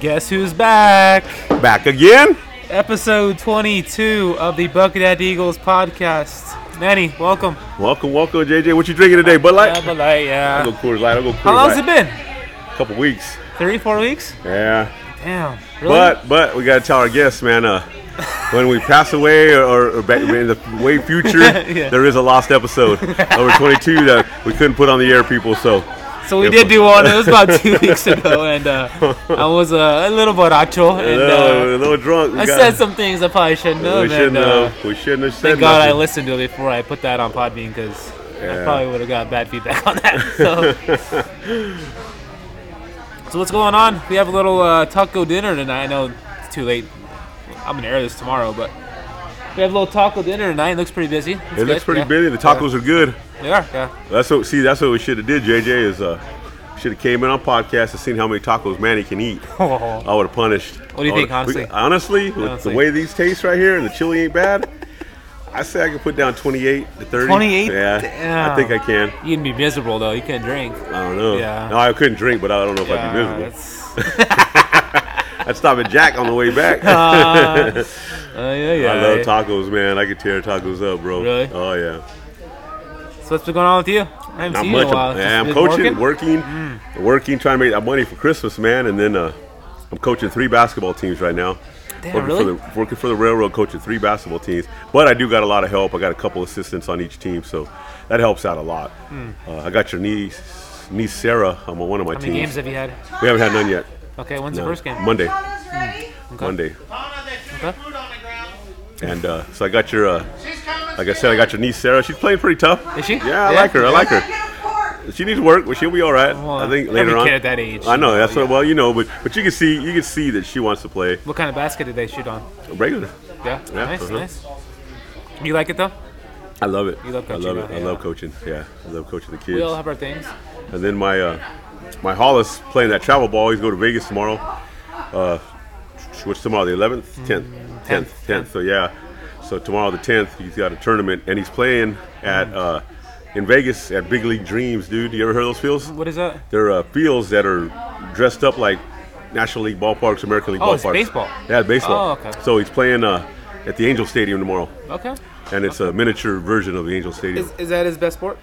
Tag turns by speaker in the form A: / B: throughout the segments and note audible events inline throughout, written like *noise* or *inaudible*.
A: Guess who's back?
B: Back again?
A: Episode 22 of the Buckethead Eagles podcast. Manny, welcome.
B: Welcome, welcome, JJ. What you drinking today? Bud Light?
A: Yeah, but like,
B: I'll go
A: yeah.
B: Coors Light. I'll go Coors
A: How long's
B: Light.
A: it been?
B: couple weeks.
A: Three, four weeks?
B: Yeah.
A: Damn. Really?
B: But but we gotta tell our guests, man. Uh, when we pass away or, or, or ba- in the way future,
A: *laughs* Yeah.
B: there is a lost episode over 22 that we couldn't put on the air, people. So
A: so we
B: if-
A: did do one. It was about
B: *laughs*
A: two weeks ago, and uh, I was uh, a little borracho,
B: a
A: and
B: little,
A: uh,
B: a little drunk. We
A: I
B: got-
A: said some things I probably shouldn't have.
B: We shouldn't
A: and, uh,
B: have. We shouldn't have said
A: Thank God I
B: nothing.
A: listened to it before I put that on Podbean because I
B: Yeah.
A: probably would have got bad feedback on that. *laughs*
B: *laughs*
A: So, so what's going on? We have a little uh, taco dinner tonight. I know it's too late. I'm gonna air this tomorrow, but we have a little taco dinner tonight. It looks pretty busy. It's
B: it looks
A: good,
B: pretty
A: yeah.
B: busy. The tacos are good.
A: They are. Yeah.
B: That's what. See, that's what we should have did. JJ is uh, should have came in on podcast and seen how many tacos Manny can eat. I would have punished. What
A: do you think, honestly?
B: honestly, with
A: Honestly.
B: the way these taste right here and the chili ain't bad, I say I can put down 28 to 30.
A: 28?
B: Yeah. I think I can.
A: You'd be miserable though. *laughs* You can't drink. Uh,
B: I don't know.
A: Yeah.
B: No, I couldn't drink, but I don't know if I'd be
A: Yeah,
B: miserable.
A: that's-
B: I'd stop at Jack on the way
A: *laughs*
B: back. *laughs*
A: uh, yeah, yeah.
B: I love tacos, man. I could tear tacos up, bro.
A: Really?
B: Oh, yeah.
A: So what's been going on with you? I haven't
B: Not
A: seen
B: much.
A: you in a while.
B: I'm,
A: Just Mm.
B: yeah, I'm
A: been
B: coaching, working, working, trying to make that money for Christmas, man. And then uh, I'm coaching three basketball teams right now.
A: Damn,
B: working
A: really?
B: For the, working for the railroad, coaching three basketball teams. But I do got a lot of help. I got a couple assistants on each team, so that helps out a lot. Uh, I got your niece, niece Sarah, on one of my
A: Hmm. How many games
B: teams.
A: have you had?
B: We haven't had none yet.
A: Okay, when's
B: No.
A: the first game?
B: Monday. Hmm.
C: Paula's ready.
B: Monday.
C: Paula, there's
A: Okay.
C: food on the ground.
B: And uh, so I got your, uh,
C: She's coming.
B: like I said, I got your niece Sarah. She's playing pretty tough.
A: Is she?
B: Yeah, I like her. I like her.
C: Get a fork.
B: She needs work, but she'll be all right.
A: Well,
B: I think
A: every
B: later on.
A: kid at that age,
B: I know.
A: you
B: That's
A: know,
B: what. Well, you know, but but you can see you can see that she wants to play
A: What kind of basket did they shoot on?
B: regular.
A: Yeah,
B: Yeah,
A: nice,
B: uh-huh.
A: nice. You like it though?
B: I love it.
A: You love
B: I love
A: coaching
B: it.
A: now,
B: I
A: yeah.
B: love coaching. Yeah, I love coaching the
A: We all
B: kids.
A: have our things.
B: And then my uh, my Hollis playing that travel ball. He's going to Vegas tomorrow. Uh, what's tomorrow? The 11th,
A: Mm,
B: 10th, 10th, 10th. So yeah. So tomorrow the 10th, he's got a tournament, and he's playing at
A: Mm.
B: uh, in Vegas at Big League Dreams, dude. You ever heard of those fields?
A: What is that?
B: They're uh, fields that are dressed up like National League ballparks, American League
A: Oh,
B: ballparks.
A: it's baseball.
B: Yeah, it's baseball.
A: Oh, okay.
B: So he's playing uh, at the Angel Stadium tomorrow,
A: Okay.
B: and it's a miniature version of the Angel Stadium.
A: Is, is that his best sport?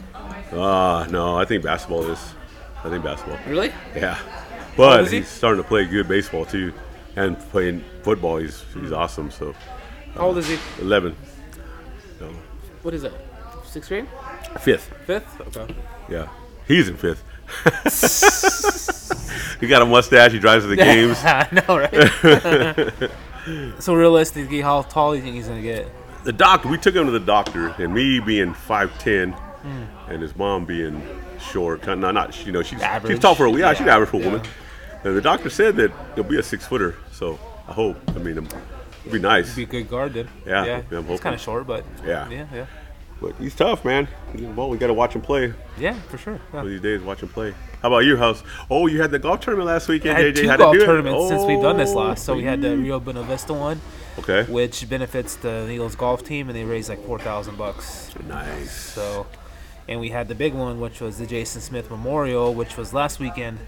B: Ah, no, I think basketball is. I think basketball.
A: Really?
B: Yeah, but
A: Oh, is he?
B: he's starting to play good baseball too, and playing football. He's he's
A: Hmm.
B: awesome. So
A: How old is he?
B: eleven, no,
A: What is that? Sixth grade?
B: fifth.
A: Fifth? Okay.
B: Yeah, he's in fifth. *laughs* he got a mustache. He drives
A: *laughs*
B: to the games.
A: I know,
B: *laughs*
A: right? so realistically, how tall do you think he's gonna get?
B: the doctor we took him to the doctor and me being 5'10
A: Hmm.
B: and his mom being short kind not not you know she's
A: Average.
B: she's tall for a yeah, she's average for a
A: Yeah.
B: woman and the doctor said that he'll be a six footer so i hope i mean it'd be nice
A: Be a good guard, dude.
B: Yeah,
A: Yeah.
B: yeah, I'm
A: He's kind
B: hoping.
A: of short, but
B: Yeah.
A: yeah, yeah,
B: but he's tough man well we gotta watch him play one
A: yeah, for sure. Yeah.
B: of these days watch him play how about you house oh you had the golf tournament last weekend
A: I had
B: JJ.
A: two
B: How'd it
A: golf
B: do it?
A: tournaments since we've done this
B: Oh,
A: last. So we had the Rio Buena Vista one,
B: okay
A: which benefits the Eagles golf team, and they raised like four thousand bucks.
B: nice
A: So, and we had the big one, which was the Jason Smith Memorial, which was last weekend.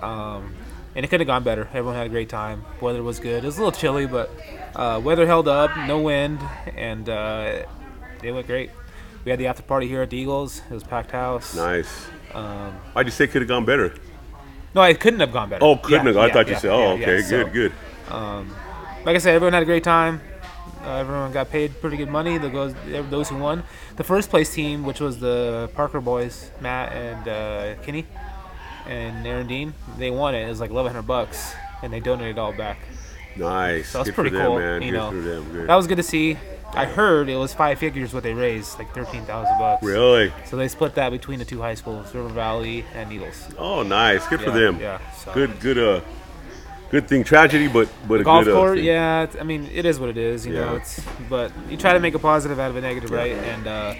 A: Um, and it could have gone better. Everyone had a great time. Weather was good. It was a little chilly, but uh, weather held up. No wind, and uh, it went great. We had the after party here at the Eagles. It was packed house.
B: nice
A: Um,
B: why'd you say could have gone better
A: no, it couldn't have gone better.
B: oh couldn't
A: Yeah,
B: have gone. i
A: yeah,
B: thought you
A: yeah,
B: said oh
A: yeah,
B: okay
A: yeah.
B: good
A: So,
B: good
A: like I said, everyone had a great time. Uh, everyone got paid pretty good money. The goes those who won. The first place team, which was the Parker boys, Matt and uh, Kenny, and Aaron Dean, they won it. It was like 1,100 bucks, and they donated all back.
B: nice
A: So that's
B: good
A: pretty
B: for them,
A: cool.
B: man
A: You
B: good
A: know,
B: for them good.
A: that was good to see. I heard it was five figures what they raised, like 13,000 bucks.
B: Really?
A: So they split that between the two high schools, River Valley and Needles.
B: Oh, nice. Good for
A: Yeah,
B: them.
A: yeah, so-
B: Good, good, uh, good thing. Tragedy, but but a
A: golf
B: good uh,
A: court,
B: thing.
A: yeah. it's- I mean, it is what it is, you know.
B: Yeah.
A: It's but you try to make a positive out of a negative, right? And uh,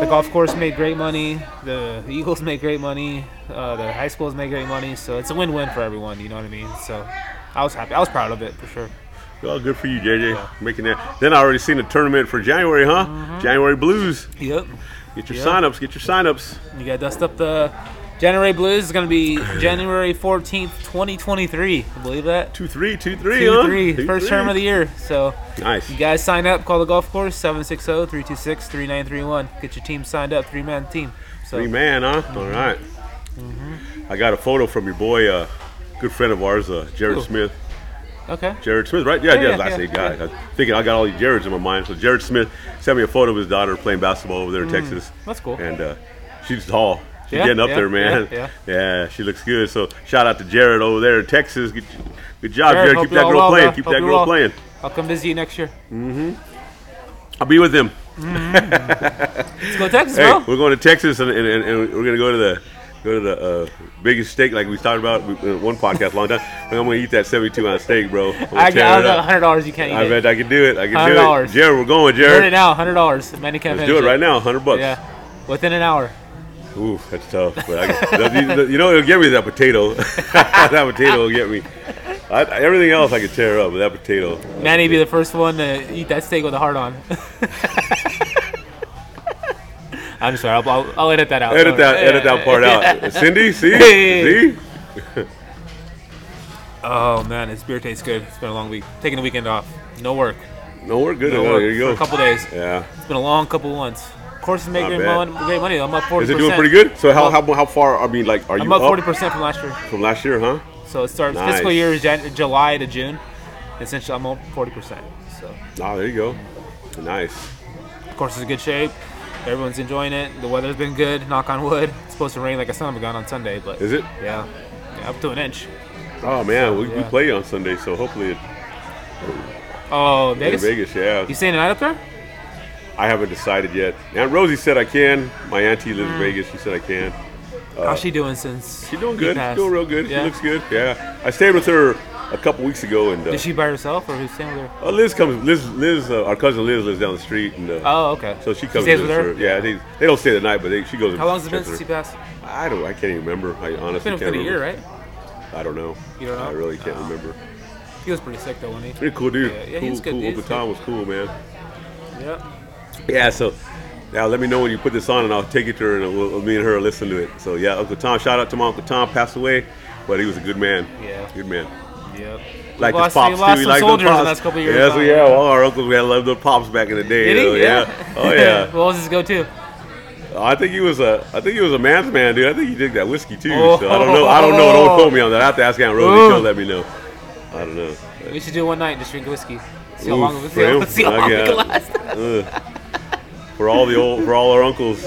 A: the golf course made great money. The Eagles made great money. Uh, the high schools made great money. So it's a win-win for everyone. You know what I mean? So I was happy. I was proud of it for sure.
B: Well, good for you, JJ, making that. Then I already seen a tournament for January, huh? January Blues.
A: Yep.
B: Get your
A: Mm-hmm. Yeah.
B: sign signups. Get your signups.
A: You gotta dust up the January Blues is going to
B: *clears throat*
A: be January 14th, 2023. Can you Believe that?
B: Two three, two three,
A: Two,
B: huh?
A: three.
B: Two,
A: First
B: three.
A: term of the year. So
B: Nice.
A: you guys sign up, call the golf course 760 326 3931. Get your team signed up, three man team. So
B: Three man, huh?
A: Mm-hmm.
B: All right. I got a photo from your boy, uh, good friend of ours, uh, Jared
A: Who?
B: Smith.
A: Okay.
B: Jared Smith, right? Yeah,
A: Yeah,
B: yeah,
A: yeah,
B: last
A: yeah,
B: name guy. I'm thinking I got all these Jareds in my mind. So Jared Smith sent me a photo of his daughter playing basketball over there in Texas.
A: Mm, that's cool.
B: And uh, she's tall. She's
A: Yeah,
B: getting up
A: yeah,
B: there, man.
A: yeah,
B: *laughs* Yeah, she looks good. So shout out to Jared over there in Texas. Good, good job, Jared.
A: hope
B: Keep
A: you're
B: that
A: all
B: girl
A: well,
B: playing.
A: bro.
B: Keep
A: Hope
B: that
A: you're
B: girl
A: well.
B: playing.
A: I'll come visit you next year.
B: I'll be with him.
A: Let's go Texas,
B: Hey,
A: bro.
B: we're going to Texas and, and, and, and we're gonna go to the go to the uh, biggest steak like we talked about in one podcast a long time. I'm gonna eat that 72 ounce steak, bro. I'm gonna
A: I
B: tear
A: got
B: it up.
A: $100 you can't eat.
B: I
A: it.
B: bet I can do it. I can do it.
A: $100.
B: Jared, we're going,
A: Heard it
B: Jared.
A: now, hundred dollars. Many can't
B: Let's do
A: finish
B: it right now. 100 bucks.
A: Yeah, within an hour.
B: Ooh, that's tough. But I, you- you know, it'll get me that potato. *laughs* that potato will get me. I, everything else I could tear up, but that potato.
A: Manny be the first one to eat that steak with a heart on. *laughs* I'm sorry. I'll, I'll, I'll edit that out.
B: Edit that,
A: Yeah.
B: edit that
A: *laughs*
B: part out. Cindy, see,
A: Hey.
B: see.
A: Oh man, this beer tastes good. It's been a long week. Taking the weekend off. No work.
B: No, we're good.
A: No
B: Oh,
A: work.
B: there you
A: For
B: go.
A: a couple days.
B: Yeah.
A: It's been a long couple months. Course is making
B: Not bad.
A: mon- great money. I'm up forty.
B: Is it doing pretty good? So how, how, how far? I mean, like, are
A: I'm
B: you
A: up
B: up
A: forty percent from last year.
B: from last year, huh?
A: So it starts
B: Nice.
A: fiscal year is Jan- July to June. Essentially, I'm up forty percent. So.
B: Ah, there you go. Nice.
A: course is in good shape. Everyone's enjoying it. The weather's been good. Knock on wood. It's supposed to rain like a son of a gun on Sunday, but
B: Is it?
A: Yeah, yeah up to an inch.
B: Oh man, we, we
A: Yeah.
B: play on Sunday, so hopefully it,
A: Oh,
B: in
A: Vegas.
B: Vegas. Uh, Yeah,
A: You staying the night up there?
B: I haven't decided yet. Aunt Rosie said I can. My auntie lives
A: Mm.
B: in Vegas. She said I can.
A: How's she doing since?
B: She's doing
A: you
B: good. She's
A: passed?
B: doing real good.
A: Yeah?
B: She looks good. Yeah, I stayed with her a couple weeks ago, and uh,
A: Is she by herself or who's staying with her?
B: uh, Liz comes. Liz, Liz, uh, our cousin Liz lives down the street, and uh,
A: Oh, okay.
B: so she comes.
A: stays
B: and
A: with
B: visits
A: her.
B: Yeah, they, they don't stay the night, but they, she goes. and
A: How long has it been
B: checks
A: since
B: on
A: you
B: her.
A: passed?
B: I don't. I can't even remember. I
A: It's
B: honestly
A: been
B: can't
A: within a
B: remember.
A: year, right?
B: I don't know.
A: You don't
B: I
A: know?
B: really can't remember.
A: He was pretty sick though, wasn't he?
B: Pretty cool dude.
A: Yeah, yeah,
B: cool,
A: he was good.
B: cool.
A: He was
B: Uncle
A: good.
B: Tom was cool, man.
A: Yep.
B: Yeah, so now let me know when you put this on, and I'll take it to her, and we'll, me and her will listen to it. So yeah, Uncle Tom, shout out to my Uncle Tom, passed away, but he was a good man.
A: Yeah.
B: good man.
A: Yep.
B: Like
A: we lost,
B: his
A: we
B: pops
A: lost
B: too. He
A: some soldiers
B: liked the pops.
A: in the last couple of years.
B: Yes,
A: huh?
B: we yeah. All our uncles, we had loved the pops back in the
A: *laughs*
B: day.
A: Did
B: you know,
A: he? Yeah.
B: Oh yeah.
A: *laughs* what was his go-to?
B: I think he was a. I think he was a man's man, dude. I think he did that whiskey too.
A: Oh.
B: So I don't know. I don't know. Don't quote me on that. I have to ask Aunt Rosie.
A: Ooh.
B: She'll let me know. I don't know.
A: We should do one night. Just drink whiskey. See how
B: Ooh,
A: long. See
B: for
A: how, *laughs*
B: him?
A: see how
B: I
A: long we
B: got-
A: can last.
B: Ugh. For all the old, for all our uncles,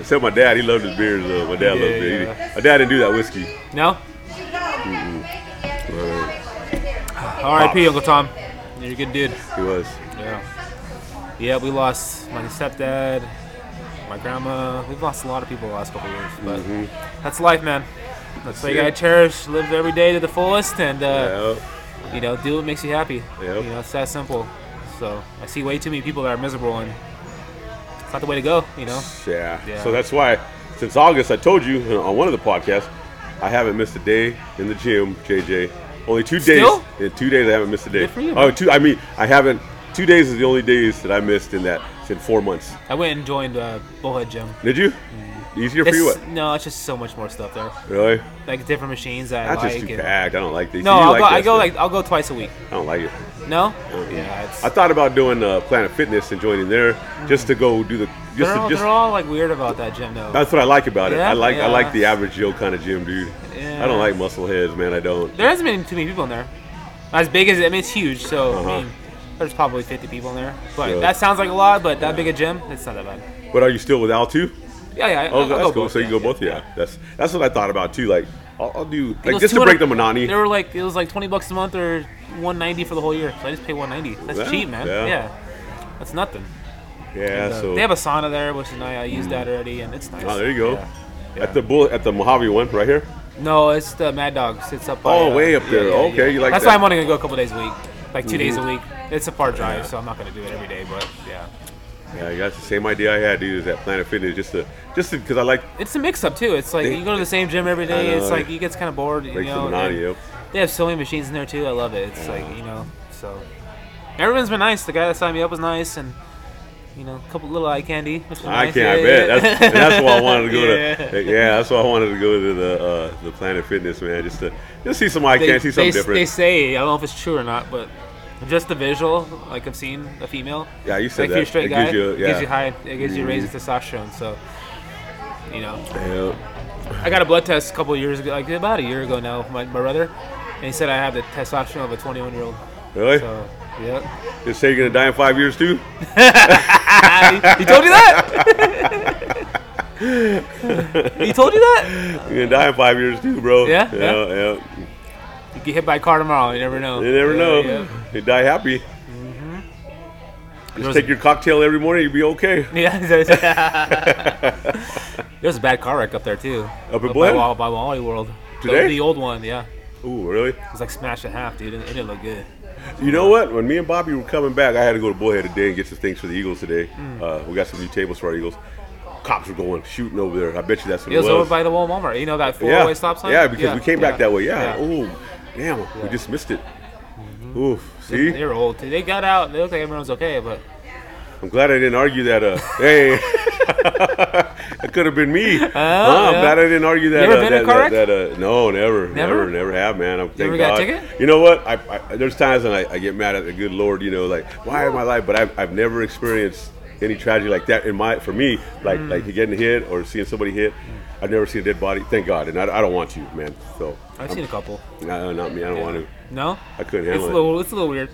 B: except my dad, he loved his beers. Though my dad
A: Uh. Yeah,
B: loved beer.
A: yeah.
B: He- My dad didn't do that whiskey.
A: No. R.I.P. Uncle Tom. You're a good dude.
B: He was.
A: Yeah. Yeah, we lost my stepdad, my grandma. We've lost a lot of people the last couple years, but that's life, man. That's why you
B: Mm-hmm. it.
A: gotta cherish, live every day to the fullest, and uh,
B: Yeah.
A: you know, do what makes you happy.
B: Yep.
A: You know, it's that simple. So I see way too many people that are miserable, and it's not the way to go. You know.
B: yeah.
A: Yeah.
B: So that's why, since August, I told you *laughs* uh, on one of the podcasts, I haven't missed a day in the gym, JJ. Only two
A: Still?
B: days. In two days, I haven't missed a day.
A: Good for you,
B: Oh,
A: man.
B: two. I mean, I haven't. Two days is the only days that I missed in that. It's in four months.
A: I went and joined uh, Bullhead Gym.
B: Did you? Easier
A: Mm.
B: for
A: It's,
B: you? What?
A: No, it's just so much more stuff there.
B: Really?
A: Like different machines that
B: That's
A: I like.
B: just too
A: and-
B: packed. I don't like these.
A: No,
B: You
A: I'll
B: like
A: go.
B: that
A: I go
B: stuff.
A: like I'll go twice a week.
B: I don't like it.
A: No.
B: Mm.
A: Yeah. It's, Mm.
B: I thought about doing uh, Planet Fitness and joining there just to go do the. Just,
A: they're, all,
B: to, just
A: they're all like weird about that gym though.
B: that's what I like about it.
A: Yeah?
B: I like
A: Yeah.
B: I like the average Joe kind of gym, dude. I
A: Yeah.
B: don't like muscle heads, man. I don't.
A: There hasn't been too many people in there. As big as I mean, it's huge. So
B: Uh-huh.
A: I mean, there's probably 50 people in there. But
B: Yeah.
A: that sounds like a lot. But that big a gym, it's not that bad.
B: But are you still with Al too?
A: Yeah, yeah. I-
B: Oh,
A: I'll
B: that's
A: go
B: cool.
A: both,
B: so you
A: yeah,
B: go
A: yeah.
B: both, yeah. That's that's what I thought about too. Like I'll, I'll do
A: It
B: like
A: was
B: just to
A: 200
B: break the monotony.
A: They were like it was like 20 bucks a month or 190 for the whole year. So I just pay 190. That's
B: Yeah,
A: cheap, man.
B: yeah.
A: Yeah. That's nothing.
B: Yeah.
A: Uh,
B: So
A: they have a sauna there, which is nice. I used that already, and it's nice.
B: oh, there you go.
A: Yeah.
B: At the bull at the Mojave one right here.
A: No, it's the Mad Dog. It's up. By,
B: Oh,
A: uh,
B: way up there. Okay, you like
A: That's
B: that. Mm-hmm.
A: why I'm only gonna go a couple days a week, like 2 days a week. It's a far drive, so I'm not gonna do it every day. But yeah,
B: Yeah, that's the same idea I had, dude. Is that Planet Fitness just to just because I like
A: it's a mix-up too. It's like
B: They-
A: you go to the same gym every
B: I
A: day.
B: know,
A: It's like
B: it
A: you gets kind of bored. You
B: breaks the
A: know,
B: monotony.
A: and
B: Yep.
A: they have so many machines in there too. I love it. It's like you know, so everyone's been nice. The guy that signed me up was nice, and You know, a couple little eye candy. which is
B: I
A: nice.
B: can't
A: Yeah,
B: bet.
A: yeah.
B: That's,
A: *laughs*
B: and that's why I wanted to go
A: Yeah.
B: to. Yeah, that's why I wanted to go to the uh, the Planet Fitness man, just to just see some. I
A: they,
B: can't see something
A: they-
B: different.
A: they say I don't know if it's true or not, but just the visual, like I've seen a female.
B: Yeah, you
A: like if
B: said
A: you're a
B: that.
A: straight
B: It
A: guy,
B: gives you-
A: it gives
B: yeah. Mm-hmm.
A: you high, it gives you raises testosterone. So, you know,
B: yeah.
A: I got a blood test a couple of years ago, like about a year ago now, from my, my brother, and he said I have the testosterone of a 21 year old.
B: Really?
A: So, yeah,
B: Just say you're gonna die in five years too.
A: he, he told you that. *laughs* he told you that.
B: You're gonna die in five years too, bro.
A: Yeah,
B: Yeah.
A: yeah.
B: yeah.
A: You get hit by a car tomorrow. You never know.
B: You never
A: Yeah,
B: know.
A: yeah. Mm-hmm.
B: You die happy. Just
A: was-
B: take your cocktail every morning. You'll be okay.
A: Yeah. *laughs* There's a bad car wreck up there too.
B: at
A: by,
B: Blaine?
A: Wall, by Wally World. The-
B: Today?
A: The, old one, yeah.
B: Ooh, really?
A: It was like smashed in half, dude. It, it didn't look good.
B: You know what? When me and Bobby were coming back, I had to go to Bullhead today and get some things for the Eagles today.
A: Mm.
B: Uh, we got some new tables for our Eagles. Cops were going shooting over there. I bet you that's what
A: It was over by the Wal Walmart. You know that four-way
B: yeah.
A: stop sign?
B: Yeah, because we came back
A: yeah,
B: that way. Yeah.
A: yeah. Mm-hmm.
B: Ooh, damn, we just missed it. Oof. See,
A: They were old. too. They got out. They looked like everyone's okay, but
B: I'm glad I didn't argue
A: *laughs*
B: that. Uh, hey, *laughs* that could have been me. huh? I'm
A: Oh, yeah.
B: glad I didn't argue that.
A: You ever
B: uh,
A: been
B: that,
A: in a car
B: that, that, uh, No, never, never,
A: Never?
B: never, have, man. I'm thank
A: ever got
B: God.
A: a ticket?
B: You know what? I, I, there's times when I, I get mad at the good Lord. You know, like why am I life? But I've, I've never experienced any tragedy like that in my for me. Like
A: Hmm.
B: like getting hit or seeing somebody hit. I've never seen a dead body. Thank God, and I, I don't want to, man. So
A: I've seen a couple.
B: no, not me. I don't want to.
A: No?
B: I couldn't
A: It's a
B: handle it.
A: little, it's a little weird.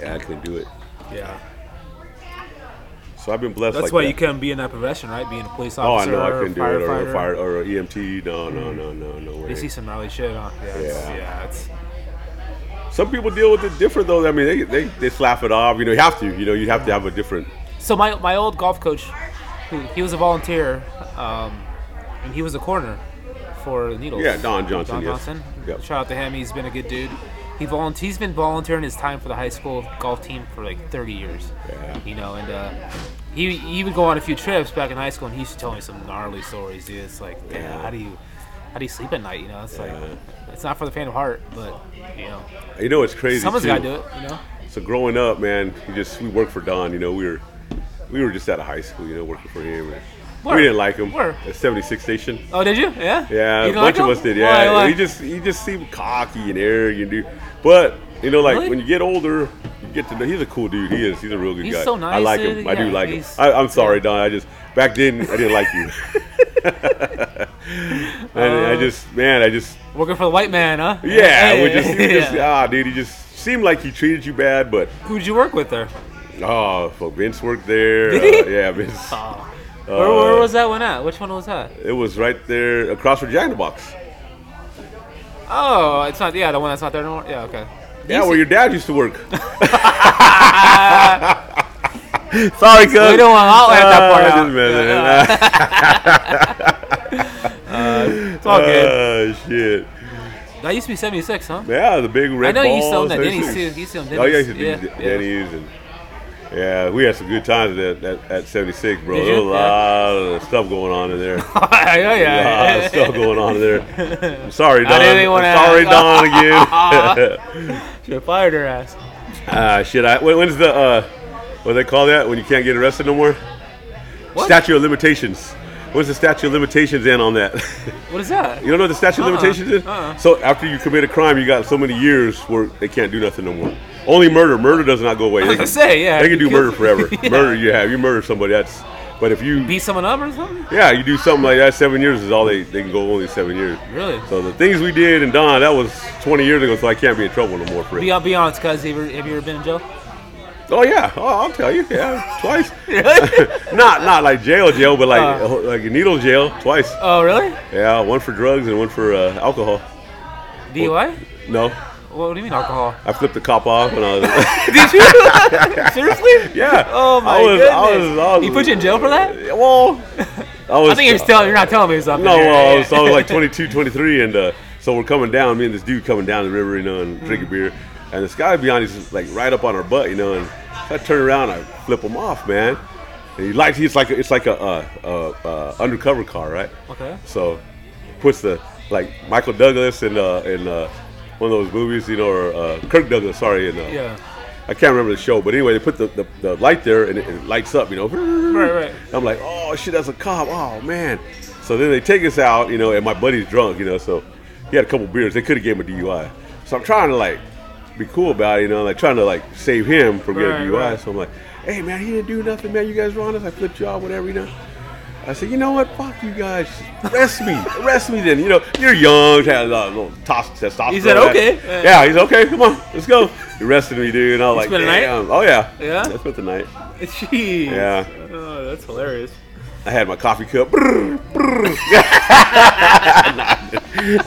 B: Yeah, I couldn't do it.
A: Yeah.
B: So I've been blessed.
A: That's
B: like
A: why
B: that.
A: you couldn't be in that profession, right? Being a police
B: Oh, I
A: officer
B: know I
A: or
B: couldn't do it.
A: firefighter.
B: Or a fire or a EMT. No, no, no, no, no
A: They see
B: way.
A: some gnarly shit, huh? Yeah. It's,
B: Yeah.
A: yeah it's,
B: Some people deal with it different though. I mean, they they, they slap it off. You know, you have to. You know, you have to have a different.
A: So my my old golf coach, who he was a volunteer, um, and he was a corner for the Needles.
B: Yeah, Don Johnson,
A: Don
B: yes.
A: Johnson.
B: Yep.
A: Shout out to him. He's been a good dude. He volunteer. He's been volunteering his time for the high school golf team for like 30 years.
B: Yeah.
A: You know, and uh, he he would go on a few trips back in high school, and he used to tell me some gnarly stories, dude. It's like, damn,
B: Yeah.
A: how do you how do you sleep at night? You know, it's
B: Yeah.
A: like it's not for the faint of heart, but you know,
B: You know, it's crazy.
A: someone's
B: too.
A: got to do it. You know.
B: So growing up, man, we just we worked for Don. You know, we were we were just out of high school. You know, working for him. and
A: Where?
B: We didn't like him.
A: Where?
B: At 76 Station.
A: Oh, did you? Yeah.
B: Yeah,
A: You
B: a
A: didn't
B: bunch
A: like
B: of
A: him?
B: us did.
A: Why,
B: Yeah,
A: why?
B: he just he just seemed cocky and arrogant, dude. But you know, like
A: Really?
B: when you get older, you get to know he's a cool dude. He is. He's a real good
A: He's
B: guy.
A: so
B: I
A: nice,
B: like him.
A: dude.
B: I do
A: Yeah,
B: like him.
A: he's-
B: I, I'm sorry, Don. I just back then I didn't like
A: *laughs*
B: you. *laughs* and
A: Uh,
B: I just man, I just
A: Working for the white man, huh?
B: yeah, we
A: Hey.
B: just, he just
A: Yeah.
B: ah, dude, he just seemed like he treated you bad, but
A: Who'd you work with there?
B: oh, fuck, Vince worked there.
A: Did
B: Uh,
A: he?
B: yeah, Vince.
A: Oh. where, where
B: Uh,
A: was that one at? Which one was that?
B: It was right there across from Jack in the Box.
A: Oh, it's not. Yeah, the one that's not there anymore. Yeah, okay.
B: Yeah,
A: You
B: where
A: see-
B: your dad used to work.
A: *laughs*
B: *laughs* Sorry, cuz. Ah,
A: We don't want to outlet that part out. *laughs*
B: Just messing.
A: It's all good.
B: Ah, shit.
A: That used to be 76, huh?
B: Yeah, the big
A: I
B: red
A: know you used to own
B: balls,
A: that Denny's too.
B: everything.
A: You used to own
B: Oh, yeah,
A: Denny's.
B: you used to
A: yeah,
B: do
A: yeah.
B: Denny's and yeah, we had some good times at at, at 76, bro.
A: Did
B: There was a
A: you?
B: lot of stuff going on in
A: *laughs*
B: there. A
A: yeah, yeah, *laughs*
B: lot of
A: yeah.
B: stuff going on in there. I'm sorry, Don.
A: didn't even
B: I'm
A: wanna
B: sorry,
A: ask. *laughs*
B: Don again.
A: Should've fired her ass.
B: Ah, shit. I, when, when's the, uh, what do they call that when you can't get arrested no more?
A: What?
B: Statute of limitations. When's the statute of limitations in on that? *laughs*
A: What is that?
B: you don't know what the statute of
A: Uh-uh,
B: limitations is?
A: uh-uh.
B: So after you commit a crime, you got so many years where they can't do nothing no more. Only murder. Murder does not go away. They
A: was
B: can,
A: gonna say, yeah,
B: They can
A: you
B: do
A: kill-
B: murder forever.
A: *laughs* Yeah.
B: Murder you have. You murder somebody, that's, but if you,
A: Beat someone up or something?
B: yeah, you do something like that, seven years is all they, they can go only seven years.
A: Really?
B: So the things we did and Don, that was 20 years ago, so I can't be in trouble no more for it.
A: Be, be honest, cuz. Have you ever- have you ever been in jail?
B: Oh yeah, oh, I'll tell you. Yeah,
A: *laughs*
B: twice. *laughs* not not like jail jail, but like
A: Uh.
B: like needle jail twice.
A: Oh, really?
B: Yeah, one for drugs and one for uh, alcohol.
A: DUI?
B: No,
A: What do you mean alcohol? *laughs*
B: I flipped the cop off when I was. *laughs*
A: Did you? Seriously?
B: yeah.
A: Oh my
B: I was,
A: goodness!
B: I was, I was,
A: he put you in jail for that?
B: Yeah, Well, I was.
A: I think you're still you're not telling me something.
B: No,
A: here.
B: well, I
A: Yeah.
B: was, I was like 22, 23, and uh, so we're coming down. Me and this dude coming down the river, you know, and drinking beer. And this guy behind us is like right up on our butt, you know. And I turn around, I flip him off, man. And he likes he's like it's like a, uh uh uh undercover car, right?
A: *laughs* Okay.
B: So puts the like Michael Douglas in uh, in uh, one of those movies, you know, or uh, Kirk Douglas, sorry, in uh,
A: Yeah.
B: I can't remember the show, but anyway, they put the, the, the light there and it, it lights up, you know. Right,
A: right.
B: I'm like, oh shit, that's a cop. Oh man. So then they take us out, you know, and my buddy's drunk, you know, so he had a couple beers. They could have gave him a DUI. So I'm trying to like be cool about it, you know, like trying to like save him from
A: Right,
B: getting a DUI.
A: right.
B: So I'm like, hey man, he didn't do nothing, man. You guys were on us. I flipped you off, whatever, you know. I said, you know what? Fuck you guys. Arrest me. Arrest me then. You know, you're young. Had a little tos- testosterone.
A: He said, "Okay."
B: Yeah. he's okay. Come on, let's go. He arrested me, dude. And I was like,
A: spent the night?
B: damn. Oh yeah.
A: Yeah?
B: I spent the night.
A: Jeez.
B: Yeah.
A: Oh, that's hilarious.
B: I had my coffee cup. *laughs* Brr, brr.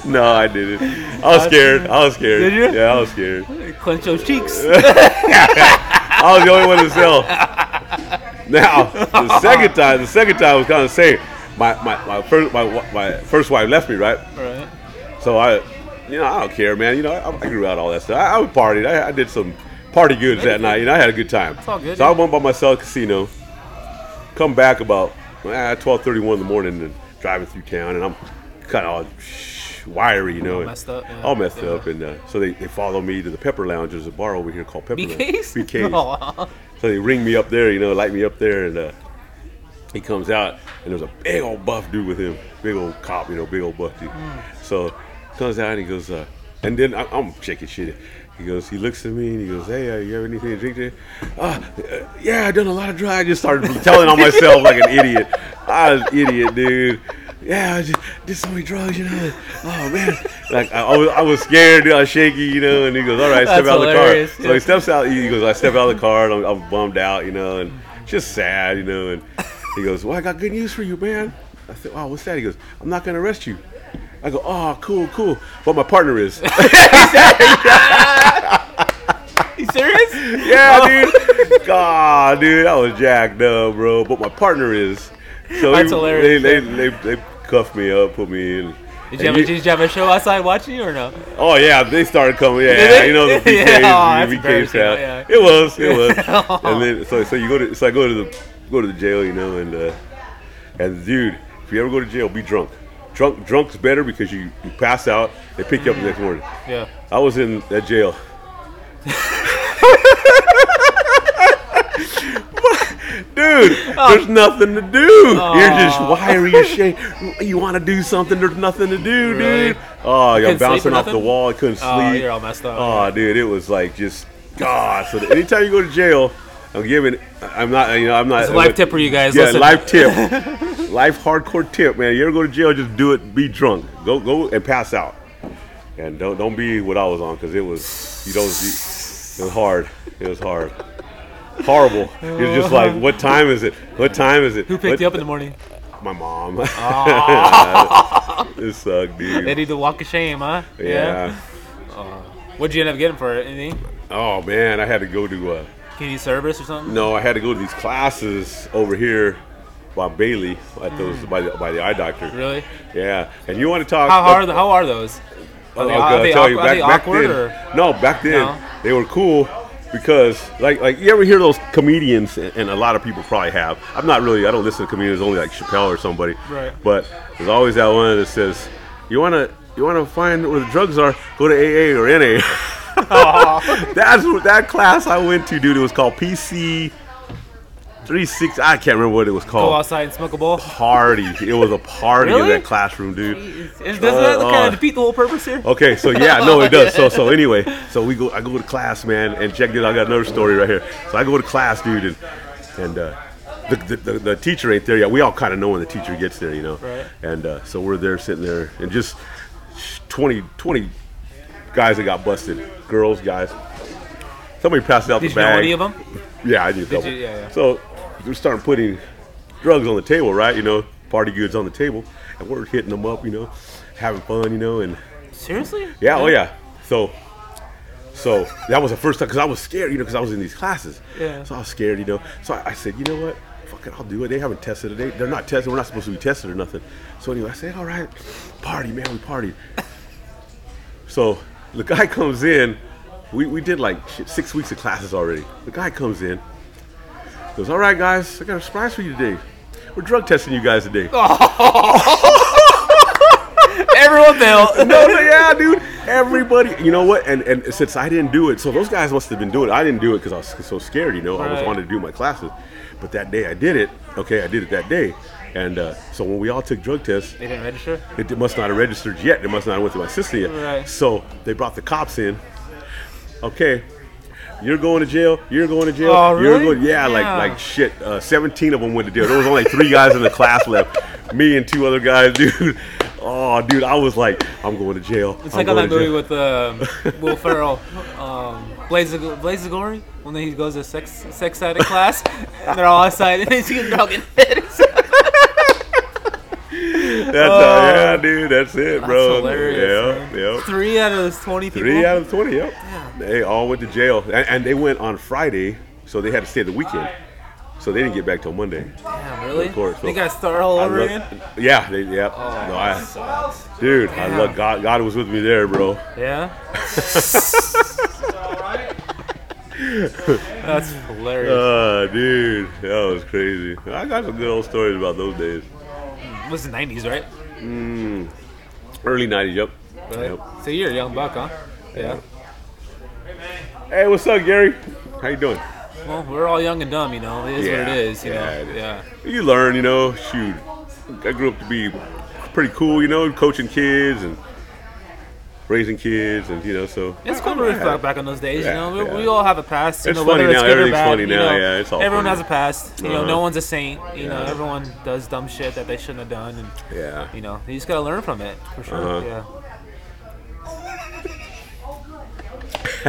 B: no, I didn't. I was scared. I was scared.
A: Did you?
B: Yeah, I was scared.
A: Clench those
B: *laughs*
A: cheeks.
B: I was the only one to sell. Now the second time, the second time was kind of the same. My my my first my, wa- my first wife left me, right?
A: right.
B: So I, you know, I don't care, man. You know, I, I grew out all that stuff. I, I partied. I, I did some party goods that night. You know, I had a good time.
A: all good,
B: So I
A: yeah.
B: went by myself to casino. Come back about ah, twelve thirty one in the morning and driving through town, and I'm kind of all sh- wiry, you know, and
A: messed up, yeah.
B: all messed
A: Yeah.
B: up, and uh, so they, they follow me to the Pepper Lounge. There's a bar over here called Pepper Lounge.
A: BKs? *laughs*
B: BK's.
A: Aw.
B: So they ring me up there, you know, light me up there, and uh, he comes out, and there's a big old buff dude with him, big old cop, you know, big old buff dude. So comes out and he goes, uh, and then I, I'm shaking shit. He goes, he looks at me and he goes, hey, uh, you have anything to drink today? Uh, uh, yeah, I done a lot of drugs. I just started telling on myself like an idiot. I was an idiot, dude. Yeah, I just did so many drugs, you know. Oh man, like I, I was, I was scared, dude. I was shaky, you know. And he goes, all right, step
A: That's
B: out of the car.
A: hilarious,
B: So
A: yeah.
B: he steps out. He goes, I step out of the car and I'm, I'm bummed out, you know, and just sad, you know. And he goes, Well, I got good news for you, man. I said, Oh, what's that? He goes, I'm not gonna arrest you. I go, Oh, cool, cool. But my partner is. *laughs*
A: You serious?
B: yeah, dude. God, dude, I was jacked up, bro. But my partner is. So
A: That's
B: he-
A: hilarious,
B: They, they, they, they cuffed me up, put me in.
A: Did you, have
B: And
A: a,
B: you-
A: did you have a show outside watching or no?
B: Oh yeah, they started coming.
A: Did
B: Yeah,
A: they?
B: you know
A: *laughs*
B: the
A: Yeah,
B: BKs,
A: aw, that's
B: the BKs
A: embarrassing,
B: crowd.
A: yeah.
B: It was, it
A: *laughs*
B: was. and then so so you go to so I go to the go to the jail, you know, and uh, and dude, if you ever go to jail, be drunk. Drunk drunk's better because you you pass out. They pick you up the next morning.
A: Yeah.
B: I was in that jail. *laughs* Dude, there's
A: Um,
B: nothing to do. You're just wiry as shit. You want to do something, there's nothing to do,
A: Really?
B: dude. Oh, you're
A: couldn't sleep
B: bouncing
A: or
B: off the
A: nothing?
B: wall. I couldn't sleep.
A: Oh, you're all messed up.
B: Oh, dude, it was like just God. So anytime you go to jail, I'm giving. I'm not. You know, I'm not.
A: It's a life tip for you guys.
B: Yeah,
A: Listen.
B: life tip.
A: *laughs*
B: life hardcore tip, man. You ever go to jail, just do it. Be drunk. Go, go, and pass out. And don't don't be what I was on because it was you know it was it was hard. It was hard. Horrible. You're
A: *laughs*
B: just like, what time is it? What time is it?
A: Who picked you up in the Ah. morning?
B: up? My mom. *laughs* it sucked, dude.
A: *laughs* They did the walk of shame, huh?
B: yeah.
A: What'd you end up getting for it? Anything?
B: Oh man, I had to go to. Uh,
A: Community service or something?
B: No, I had to go to these classes over here by Bailey at those by the, by the eye doctor.
A: Really?
B: Yeah, and you want to talk?
A: How hard? How are those? Are they,
B: I'll-
A: are
B: Oh, I'll
A: they,
B: tell you,
A: awkward, are they awkward
B: then,
A: or?
B: no, back then
A: No?
B: they were cool because like like you ever hear those comedians and, and a lot of people probably have. I'm not really I don't listen to comedians only like Chappelle or somebody.
A: Right.
B: But there's always that one that says, "You wanna you wanna find where the drugs are? Go to AA or
A: *laughs*
B: NA." *laughs* That's what that class I went to, dude. It was called PC. Three six, I can't remember what it was
A: Go
B: called.
A: outside and smoke a bowl.
B: Party. It was a party
A: Really?
B: in that classroom, dude.
A: Is, doesn't that
B: Uh,
A: kind
B: uh.
A: of defeat the whole purpose here?
B: Okay, so yeah, no, it does. So
A: *laughs*
B: so anyway, so we go. I go to class, man, and check it. out, I got another story right here. So I go to class, dude, and and uh, the, the, the the teacher ain't there yet. We all kind of know when the teacher gets there, you know.
A: Right.
B: And uh, so we're there sitting there, and just 20, 20 guys that got busted, girls, guys. Somebody passed out
A: Did
B: the
A: you know
B: bag.
A: any of them?
B: Yeah, I knew a couple.
A: you? Yeah, yeah.
B: So we're starting putting drugs on the table, right? You know, party goods on the table, and we're hitting them up, you know, having fun, you know, and.
A: Seriously?
B: Yeah, oh yeah. So, so that was the first time because I was scared, you know, because I was in these classes.
A: Yeah.
B: So I was scared, you know. So I, I said, you know what? Fuck it, I'll do it. They haven't tested it. They, they're not tested. We're not supposed to be tested or nothing. So anyway, I said, all right, party, man, we party. *laughs* so the guy comes in. We, we did like shit, six weeks of classes already. The guy comes in. Goes, all right, guys, I got a surprise for you today. We're drug testing you guys
A: *laughs*
B: today.
A: Everyone failed.
B: *laughs* no, no, yeah, dude. Everybody, you know what? And and since I didn't do it, so those guys must have been doing it. I didn't do it because I was so scared. You know, I was
A: Right.
B: wanted to do my classes, but that day I did it. Okay, I did it that day, and uh, so when we all took drug tests,
A: They didn't register.
B: it must not have registered yet. It must not have went through my system yet.
A: Right.
B: So they brought the cops in. Okay, you're going to jail. You're going to jail.
A: Oh,
B: You're
A: really?
B: going. Yeah, like
A: Yeah.
B: like shit. Uh, Seventeen of them went to jail. There was only three guys in the class left. Me and two other guys, *laughs* dude. Oh, dude, I was like, I'm going to jail.
A: It's
B: I'm
A: like on that
B: going to
A: movie
B: jail.
A: with um,
B: *laughs*
A: Will Ferrell, um, Blaze of, Blaze of Glory, when he goes to sex sex side of
B: *laughs*
A: class, and they're all outside, and he's getting drunk.
B: That's uh, yeah, dude. That's it, bro.
A: Oh. hilarious,
B: Yeah, yeah.
A: Three out of those twenty people.
B: Three out of twenty. Yep. They all went to jail, and, and they went on Friday, so they had to stay the weekend. So they didn't get back till Monday.
A: Damn, really?
B: Of course,
A: They
B: so-
A: got to start all
B: I
A: over
B: look-
A: again.
B: Yeah, they, yeah.
A: Oh,
B: No, I- dude, I love God. God was with me there, bro. *laughs*
A: Yeah. *laughs* That's hilarious.
B: Uh, dude, that was crazy. I got some good old stories about those days. Uh,
A: it was the nineties, right?
B: Early '90s, yep.
A: Really?
B: yep.
A: So you're a young buck, huh? Yeah.
B: Hey, what's up, Gary? How you doing?
A: Well, we're all young and dumb, you know. It is what
B: Yeah.
A: it is, you
B: Yeah,
A: know.
B: it is.
A: Yeah.
B: You learn, you know. Shoot, I grew up to be pretty cool, you know, coaching kids and raising kids, and you know, so
A: It's cool to reflect back on those days,
B: Yeah,
A: you know. We,
B: yeah.
A: we all have a past, you
B: It's
A: know,
B: funny
A: whether it's
B: now,
A: good or
B: everything's
A: bad.
B: funny
A: you
B: now,
A: know,
B: yeah, it's all
A: everyone
B: funny.
A: has a past. You know,
B: Uh-huh.
A: no one's a saint. You know,
B: Yeah.
A: everyone does dumb shit that they shouldn't have done, and
B: Yeah. *laughs*
A: you know, you just gotta learn from it for sure.
B: Uh-huh.
A: Yeah.
B: *laughs*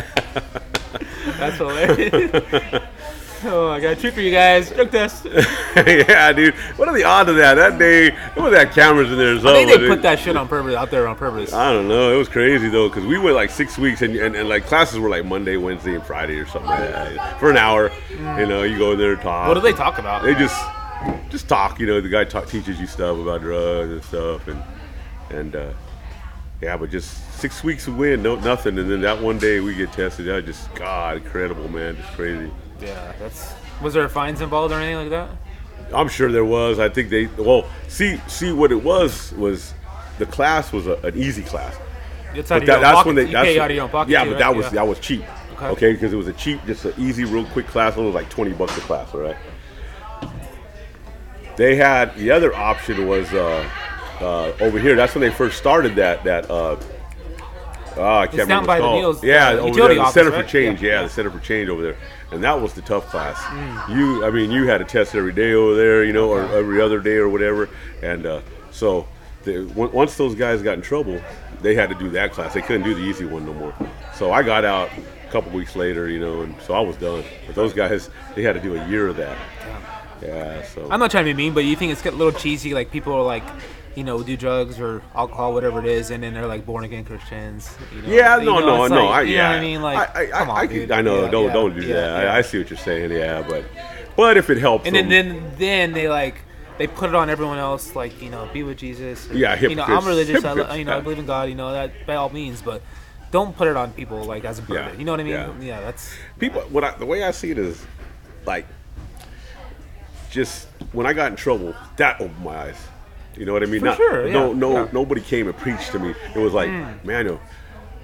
A: That's hilarious. *laughs* oh, I got a treat for you guys. Drug
B: *laughs*
A: test. I
B: yeah, dude. What are the odds of that? That day, there was that cameras in there. or
A: think
B: something.
A: they put that shit on purpose out there on purpose.
B: I don't know. It was crazy though, because we went like six weeks, and, and, and like classes were like Monday, Wednesday, and Friday or something like that for an hour. You know, you go in there and talk.
A: What do they talk about?
B: They just just talk. You know, the guy talk, teaches you stuff about drugs and stuff, and and uh, yeah, but just six weeks of win, no nothing, and then that one day we get tested. That was just God, incredible, man, just crazy.
A: Yeah, that's. Was there fines involved or anything like that?
B: I'm sure there was. I think they well see see what it was was the class was a, an easy class.
A: It's
B: But
A: out of your own
B: that, that's
A: pocket.
B: when they
A: you
B: that's
A: pay
B: when-
A: out of your own pocket.
B: Yeah,
A: too,
B: but
A: right?
B: that was
A: Yeah.
B: that was cheap.
A: Okay.
B: Okay, because it was a cheap, just an easy, real quick class. It was like twenty bucks a class, all right? They had the other option was uh, uh, over here. That's when they first started that that. Uh, ah, I can't
A: down
B: remember
A: by the
B: what it's
A: meals,
B: called. Yeah,
A: uh,
B: over
A: utility
B: there, the
A: office,
B: Center
A: right?
B: for Change.
A: Yeah. Mm.
B: Yeah, the Center for Change over there, and that was the tough class. You, I mean, you had a test every day over there, you know, or
A: Uh-huh.
B: every other day or whatever, and uh, so the, on- once those guys got in trouble, they had to do that class. They couldn't do the easy one no more. So I got out a couple weeks later, you know, and so I was done. But those guys, they had to do a year of that. Yeah, so
A: I'm not trying to be mean, but you think it's a little cheesy. Like people are like, you know, do drugs or alcohol, whatever it is, and then they're like born again Christians. You know?
B: Yeah,
A: You
B: no,
A: know,
B: no,
A: it's
B: no.
A: like-
B: I,
A: you
B: yeah.
A: know what I mean? Like,
B: I, I,
A: come on,
B: I,
A: dude.
B: I know.
A: Yeah,
B: don't,
A: yeah,
B: don't do
A: yeah,
B: that.
A: yeah.
B: I, I see what you're saying. Yeah, but, but if it helps,
A: and then,
B: them-
A: then then they like they put it on everyone else. Like you know, be with Jesus. or,
B: Yeah,
A: you know, I'm
B: hypocrites.
A: religious. I, lo-
B: Hypocrites,
A: you know, I
B: yeah.
A: believe in God. You know that by all means, but don't put it on people like as a burden.
B: Yeah,
A: You know what I mean?
B: yeah.
A: yeah that's
B: people. What I, the way I see it is, like, just when I got in trouble, that opened my eyes. You know what I mean?
A: For sure,
B: No,
A: yeah,
B: no,
A: yeah. Mm.
B: nobody came and preached to me. It was like, Manuel,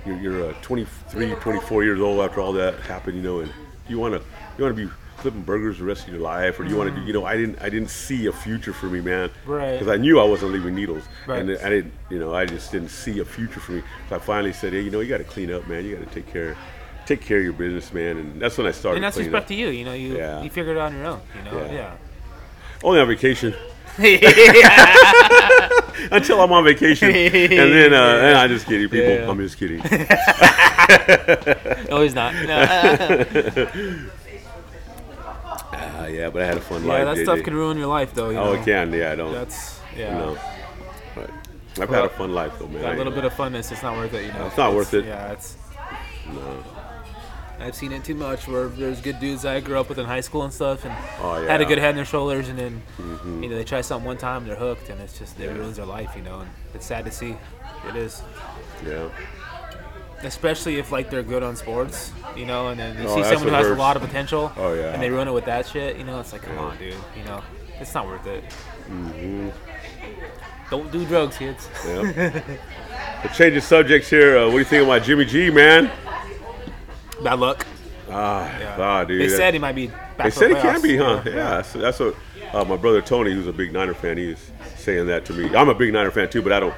B: you're, you're uh, 23, 24 years old after all that happened. You know, and you want to, you want to be flipping burgers the rest of your life, or you want to do, you know, I didn't, I didn't see a future for me, man.
A: Mm. Right.
B: Because I knew I wasn't leaving needles,
A: Right.
B: and I didn't, you know, I just didn't see a future for me. So I finally said, hey, you know, you got to clean up, man. You got to take care, take care of your business, man. And that's when I started.
A: and that's
B: cleaning
A: respect
B: up.
A: to you. You know, you
B: Yeah.
A: you figured it out on your own. You know,
B: Yeah.
A: yeah. *laughs*
B: Only on vacation. *laughs*
A: yeah.
B: Until I'm on vacation, and then uh,
A: *laughs*
B: and I just kidding people.
A: Yeah.
B: I'm
A: *laughs*
B: just kidding.
A: no, he's not. No.
B: Ah, yeah, but I had a fun
A: Yeah,
B: life.
A: that
B: JJ.
A: stuff can ruin your life, though. You
B: Oh,
A: know?
B: it can. Yeah, I don't.
A: That's yeah.
B: You know. But I've
A: Well,
B: had a fun life though, man. I
A: That
B: ain't
A: little bit
B: gonna-
A: of funness, it's not worth it. You know,
B: It's not worth it.
A: Yeah, it's. I've seen it too much. Where there's good dudes I grew up with in high school and stuff, and
B: Oh,
A: had a
B: yeah. Mm-hmm.
A: good head on their shoulders, and then you know they try something one time, they're hooked, and it's just it ruins their life. You know, and it's sad to see. It is,
B: Yeah.
A: especially if like they're good on sports, you know, and then you
B: Oh,
A: see
B: that's
A: someone who
B: what
A: has a
B: hurts.
A: lot of potential,
B: Oh, yeah.
A: and they ruin it with that shit. You know, it's like come
B: Yeah. Mm-hmm.
A: on, dude. You know, it's not worth it. Don't do drugs, kids.
B: Yeah. We'll change the subjects here. Uh, what do you think about Jimmy G, man?
A: Bad luck.
B: Ah,
A: Yeah.
B: ah, dude.
A: they
B: that-
A: said he might be. Back
B: They
A: for
B: said
A: the
B: it can
A: playoffs.
B: be, huh? Yeah, that's, that's what uh, my brother Tony, who's a big Niner fan, he's saying that to me. I'm a big Niner fan too, but I don't.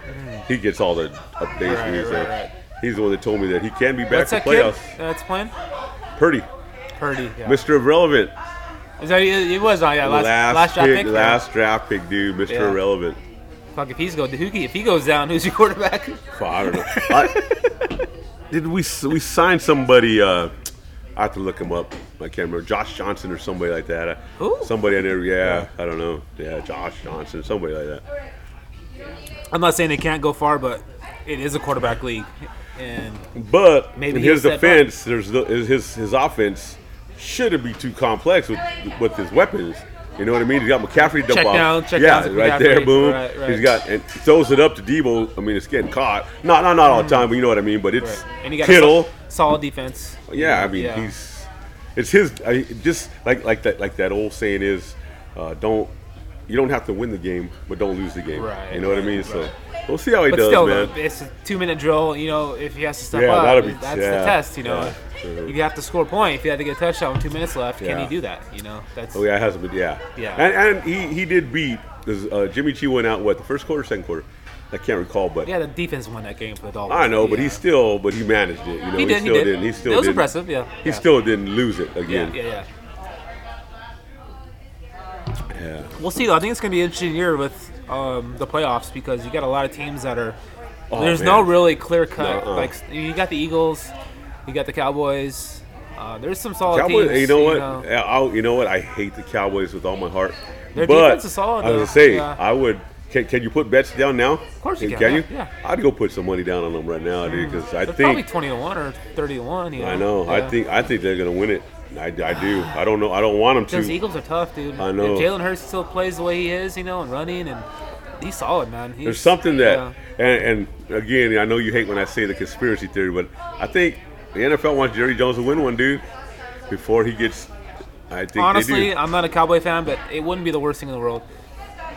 B: He gets all the updates.
A: Right,
B: and he's,
A: right,
B: uh,
A: right.
B: he's the one that told me that he can be back
A: What's
B: for
A: that kid Uh,
B: playoffs.
A: that's playing?
B: Purdy,
A: Purdy. Yeah.
B: Mr. Irrelevant,
A: Is that, he he was on yeah last last, draft
B: pick,
A: pick. yeah.
B: last draft pick, dude, Mr.
A: Yeah.
B: Irrelevant.
A: Fuck if he's go who if he goes down, who's your *laughs* quarterback?
B: Fuck,
A: *laughs*
B: I don't know. I- did we s- we signed somebody? Uh, I have to look him up. I can't remember. Josh Johnson or somebody like that. Uh,
A: Who?
B: Somebody I never. Yeah, I don't know. Yeah, Josh Johnson, somebody like that.
A: I'm not saying they can't go far, but it is a quarterback league, and
B: But
A: Maybe
B: in
A: he'll
B: his
A: step up.
B: defense, there's the, his- his his offense shouldn't be too complex with with his weapons. You know what I mean? He's got McCaffrey dump
A: Check
B: off.
A: down, check
B: yeah,
A: downs to
B: right there,
A: McCaffrey.
B: boom.
A: Right, right.
B: He's got and throws it up to Debo. I mean, it's getting caught. Not not not all the time, but you know what I mean. But it's
A: right. and you got a
B: Kittle.
A: sol- solid defense.
B: Yeah, I mean,
A: Yeah.
B: he's it's his I, just like like that like that old saying is, uh, don't you don't have to win the game, but don't lose the game.
A: Right,
B: You know what I
A: right,
B: mean? So
A: right.
B: we'll see how he
A: But
B: does,
A: still,
B: man.
A: though, it's a two-minute drill. You know, if he has to step
B: Yeah,
A: up,
B: that'll be-
A: that's
B: yeah,
A: the test. You know,
B: yeah, sure.
A: you have to score a point. If you had to get a touchdown with two minutes left, can
B: Yeah.
A: he do that? You know, that's
B: Oh yeah, it hasn't been. Yeah.
A: Yeah.
B: And and he he did beat 'cause, uh, Jimmy G went out what the first quarter, second quarter. I can't recall, but
A: yeah. The defense won that game for the Dolphins.
B: I know, but
A: yeah.
B: he still, but he managed it. You know,
A: he, did,
B: still
A: he did.
B: not He still
A: it was
B: didn't-
A: impressive. Yeah,
B: He
A: yeah.
B: still didn't lose it
A: yeah,
B: again.
A: yeah, yeah.
B: Yeah.
A: We'll see. Though. I think it's going to be an interesting year with um, the playoffs because you got a lot of teams that are.
B: Oh,
A: there's
B: man.
A: no really clear cut.
B: Nuh-uh.
A: Like you got the Eagles, you got the Cowboys. Uh, there's some solid
B: Cowboys,
A: teams.
B: you know what? Yeah, I'll, you know what? I hate the Cowboys with all my heart.
A: Their
B: but
A: defense is solid,
B: I was
A: though.
B: gonna say,
A: Yeah.
B: I would. Can, can you put bets down now? Of
A: course you can,
B: Can you?
A: yeah,
B: I'd go put some money down on them right now, dude, because I
A: They're probably
B: think
A: 20 to one or 30 to one. You know?
B: I know. I
A: Yeah.
B: think I think they're gonna win it. I, I do. I don't know. I don't want them to.
A: Those Eagles are tough, dude.
B: I know.
A: If Jalen Hurts still plays the way he is, you know, and running, and he's solid, man. He's,
B: There's something that,
A: yeah.
B: and, and again, I know you hate when I say the conspiracy theory, but I think the NFL wants Jerry Jones to win one, dude, before he gets. I think they
A: Honestly,
B: do.
A: I'm not a Cowboy fan, but it wouldn't be the worst thing in the world.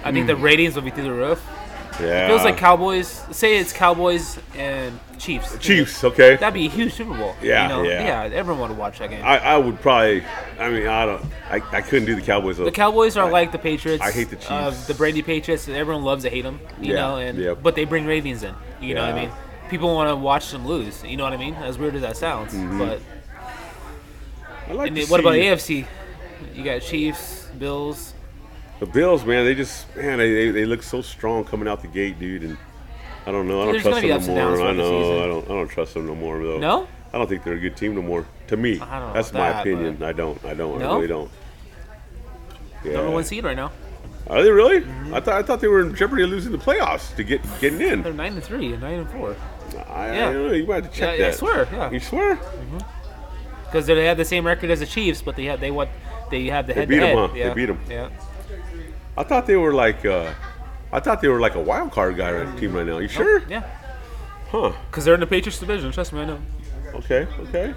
A: I think the ratings would be through the roof.
B: Hmm. Yeah.
A: If it was like Cowboys, say it's Cowboys and Chiefs.
B: Chiefs. Okay.
A: That'd be a huge Super Bowl.
B: Yeah,
A: you know?
B: yeah.
A: Everyone would watch that game.
B: I, I would probably. I mean, I don't. I, I couldn't do the Cowboys. Though.
A: the Cowboys are like the Patriots.
B: I hate the Chiefs.
A: the Brady Patriots. and Everyone loves to hate them. You
B: Yeah,
A: know, and
B: yep.
A: but they bring ratings in. You know what I
B: Yeah.
A: mean? People want to watch them lose. You know what I mean? As weird as that sounds,
B: Mm-hmm.
A: but
B: I like
A: and
B: to
A: then what about
B: see
A: AFC? You got Chiefs, Bills.
B: The Bills, man. They just man, they, they, they look so strong coming out the gate, dude. And I don't know. I don't
A: There's
B: trust
A: gonna be
B: them
A: ups
B: no
A: and
B: more.
A: downs
B: I
A: throughout the season.
B: know. I don't. I don't trust them no more though.
A: No?
B: I don't think they're a good team no more. To
A: I
B: me,
A: don't know
B: that's my
A: about that,
B: opinion. I don't. I don't. I
A: No?
B: really don't. Yeah.
A: Number one seed right now.
B: Are they really?
A: Mm-hmm.
B: I thought I thought they were in jeopardy of losing the playoffs to get getting
A: *laughs*
B: in.
A: They're nine and three and nine and four
B: I,
A: Yeah.
B: I don't know. You might have to check
A: Yeah, I
B: that.
A: swear, yeah.
B: You swear?
A: because they have the same record as the Chiefs, but they have they what they have the head
B: beat 'em,
A: to head.
B: huh? They
A: Yeah.
B: beat 'em.
A: Yeah.
B: I thought they were like. Uh, I thought they were like a wild card guy on the team right now. You sure?
A: Yeah.
B: Huh.
A: Because they're in the Patriots division. Trust me, I know.
B: Okay. Okay.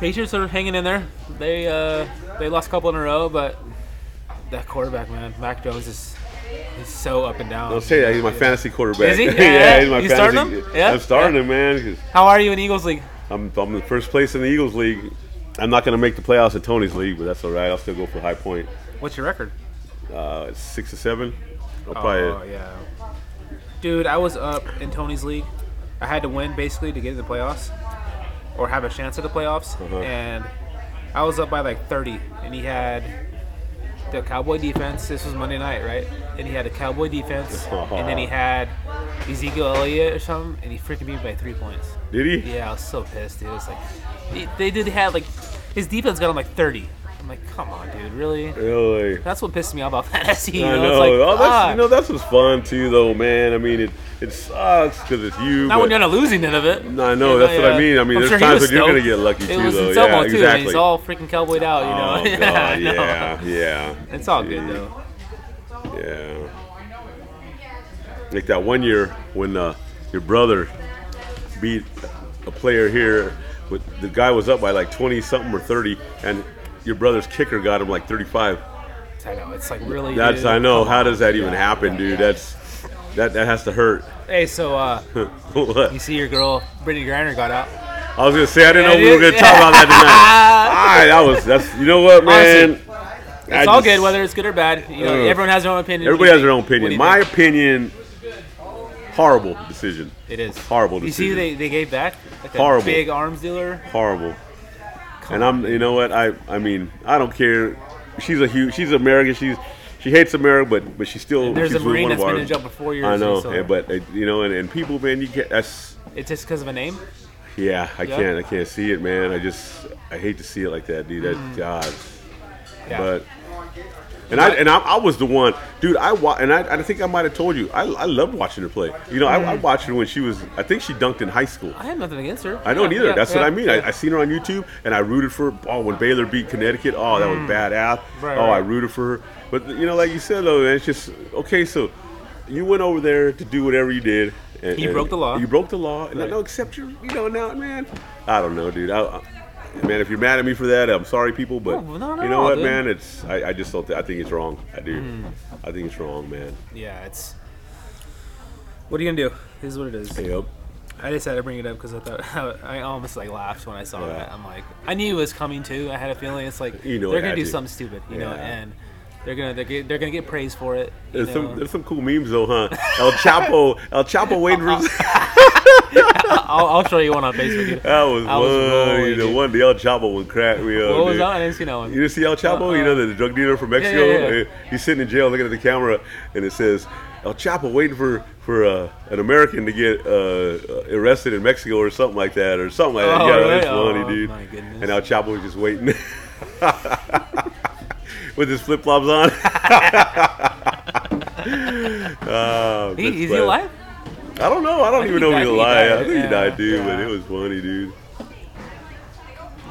A: Patriots are hanging in there. They uh, they lost a couple in a row, but that quarterback man, Mac Jones is is so up and down.
B: I'll say that he's my fantasy quarterback.
A: Is he?
B: *laughs* yeah, he's my
A: You
B: fantasy.
A: starting him? Yeah?
B: I'm starting him, man. 'cause
A: How are you in Eagles league?
B: I'm, I'm in first place in the Eagles league. I'm not going to make the playoffs in Tony's league, but that's all right. I'll still go for high point.
A: What's your record?
B: Uh, it's six to seven. I'll
A: Oh
B: probably.
A: yeah, dude, I was up in Tony's league. I had to win basically to get to the playoffs or have a chance at the playoffs,
B: Uh-huh.
A: and I was up by like 30, and he had the Cowboy defense. This was Monday night, right? And he had a Cowboy defense, and
B: *laughs*
A: then he had Ezekiel Elliott or something, and he freaking beat me by three points.
B: Did he?
A: Yeah, I was so pissed, dude. It was like they- they did have like his defense got him like 30. I'm like, come on, dude, really?
B: Really?
A: That's what pissed me off about *laughs* fantasy. You
B: I
A: know,
B: know.
A: It's like,
B: oh, that's,
A: fuck.
B: you know, that's what's fun too, though, man. I mean, it it sucks because it's you.
A: Not
B: but
A: when you're not losing none of it.
B: I know, that's what I mean. I mean, there's times when you're gonna get lucky
A: it
B: too,
A: was
B: though.
A: In Selma,
B: Yeah,
A: too, and
B: exactly.
A: he's all freaking cowboyed *laughs* out,
B: oh
A: you know. I
B: god,
A: know.
B: yeah, yeah.
A: It's all good
B: Gee.
A: though.
B: Yeah. Like that one year when uh, your brother beat a player here, with the guy was up by like 20 something or 30, and your brother's kicker got him like 35.
A: I know. It's like really.
B: That's
A: dude,
B: I know.
A: come
B: How
A: on.
B: does that even
A: Yeah,
B: happen,
A: yeah,
B: dude?
A: yeah.
B: That's that that has to hurt. *laughs*
A: Hey, so uh,
B: What?
A: you see your girl Brittany Griner got out.
B: I was gonna say I didn't know
A: Yeah,
B: we were
A: it-
B: gonna talk about that
A: *laughs*
B: tonight. All right, that was that's you know what man.
A: Honestly,
B: I
A: It's all
B: just-
A: good, whether it's good or bad. You know,
B: Ugh.
A: everyone has their own opinion.
B: everybody has their own
A: What do
B: opinion.
A: you
B: My
A: think?
B: opinion, horrible decision.
A: it is
B: *laughs* horrible
A: You see,
B: decision.
A: they, they gave back like a
B: Horrible.
A: big arms dealer.
B: horrible. And I'm, you know what? I, I mean, I don't care. She's a huge. She's American. She's, she hates America, but but she still.
A: There's
B: she's
A: a Marine
B: one of
A: that's been
B: ours.
A: in jail for four years,
B: I know,
A: so-
B: yeah, but uh, you know, and, and people, man, you get that's.
A: It's just because of a name.
B: Yeah, I
A: Yeah.
B: can't. I can't see it, man. I just, I hate to see it like that, dude. That God.
A: Mm. Yeah.
B: But. And I and I, I was the one, dude. I wa- and I, I think I might have told you. I, I loved watching her play. You know,
A: Mm.
B: I, I watched her when she was. I think she dunked in high school.
A: I have nothing against her.
B: I don't
A: Yeah,
B: either.
A: yeah,
B: That's what
A: yeah,
B: I mean.
A: yeah.
B: I, I seen her on YouTube, and I rooted for. her. Oh, when Baylor beat Connecticut, oh, that was badass.
A: Mm. Right,
B: oh, I
A: right.
B: rooted for her. But you know, like you said though, man, it's just okay. So you went over there to do whatever you did. And,
A: You
B: and
A: broke the law.
B: You broke the law. And I
A: Right.
B: know, except you're, you know, now, man. I don't know, dude. I, I, man, if you're mad at me for that, I'm sorry, people. But
A: No, not at
B: you know
A: all,
B: what,
A: dude. Mm.
B: man? It's I, I just don't. thi- I think it's wrong. I do. I think it's wrong, man.
A: yeah, it's. What are you gonna do? This is what it is.
B: Yep.
A: I just had to bring it up because I thought *laughs* I almost like laughed when I saw
B: Yeah.
A: that. I'm like, I knew it was coming too. I had a feeling it's like
B: You know
A: they're
B: it
A: gonna
B: had
A: do
B: to.
A: something stupid, you know,
B: Yeah.
A: and they're gonna they're, get- they're gonna get praise for it. You
B: There's some,
A: know.
B: there's some cool memes though, huh? El Chapo, El Chapo
A: *laughs*
B: waiting for.
A: I'll, I'll show you one on Facebook.
B: *laughs*
A: dude.
B: That was
A: I was
B: one.
A: rolling,
B: you know,
A: dude.
B: one. The El Chapo one cracked me up.
A: What was
B: dude.
A: that? I didn't see that one.
B: You didn't see El Chapo? you know, the, the drug dealer from Mexico?
A: yeah, yeah.
B: Uh, He's sitting in jail looking at the camera, and it says, El Chapo waiting for, for uh, an American to get uh, uh, arrested in Mexico or something like that, or something like that.
A: Oh,
B: yeah,
A: really?
B: that's
A: Oh,
B: funny, dude.
A: my goodness.
B: And El Chapo was just waiting. *laughs* With his flip flops on. *laughs* Oh, that's
A: He, is he
B: funny.
A: alive?
B: I don't know. I don't
A: think
B: even
A: he
B: know
A: died.
B: if he's
A: He died.
B: alive. I think he
A: Yeah,
B: died, dude, but
A: yeah.
B: it was funny, dude.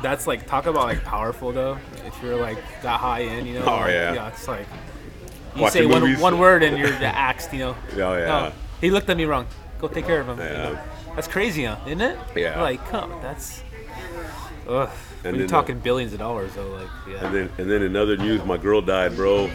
A: That's like talk about like powerful though. If you're like that high end, you know.
B: Oh,
A: like,
B: yeah.
A: it's like you
B: Watching
A: say one,
B: movies.
A: one word and you're the axed, you know.
B: *laughs* Oh, yeah.
A: No, he looked at me wrong. Go take care of him. you
B: Yeah.
A: know. That's crazy, huh? Isn't it?
B: Yeah.
A: Like, come, that's. Ugh. When
B: And
A: you're
B: then, uh,
A: talking billions of dollars, though, like, yeah.
B: And then, and then in other news, my girl died, bro.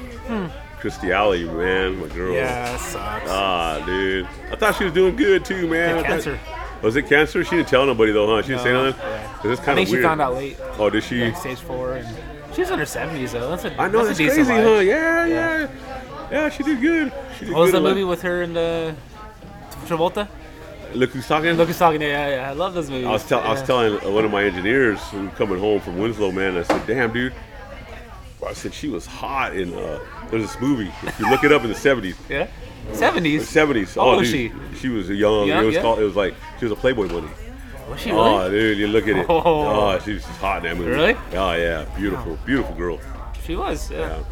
B: Christy Alley, man, my girl.
A: Hmm. yeah, that sucks.
B: Ah, dude. I thought she was doing good too, man.
A: Had
B: I thought-
A: cancer.
B: was it cancer? She didn't tell nobody though, huh? She didn't say
A: No.
B: nothing.
A: Yeah.
B: 'Cause It's
A: I
B: kind
A: think
B: of
A: she
B: weird.
A: found out late,
B: Oh, did she?
A: like stage four, and she's in her seventies though. That's a,
B: I know
A: that's,
B: that's,
A: a decent
B: crazy,
A: life.
B: huh? Yeah,
A: Yeah.
B: yeah, yeah. she did good. She did
A: What was the
B: good in life.
A: movie with her and uh, Travolta?
B: Look who's talking.
A: Lucas talking. Yeah, yeah, I love those movies.
B: I was, tell- I was
A: Yeah.
B: telling one of my engineers who coming home from Winslow, man. I said, "Damn, dude." I said she was hot in uh, there's this movie. If you look it up in the '70s,
A: Yeah, seventies.
B: seventies.
A: How old
B: Oh,
A: was
B: dude,
A: she?
B: She was young.
A: Young,
B: it was
A: yeah.
B: called. It was like she was a Playboy bunny.
A: Was she really?
B: Oh, dude, you look at it.
A: Oh.
B: Oh, she was hot in that movie.
A: Really?
B: Oh yeah, beautiful, beautiful girl.
A: she was. Yeah.
B: Yeah.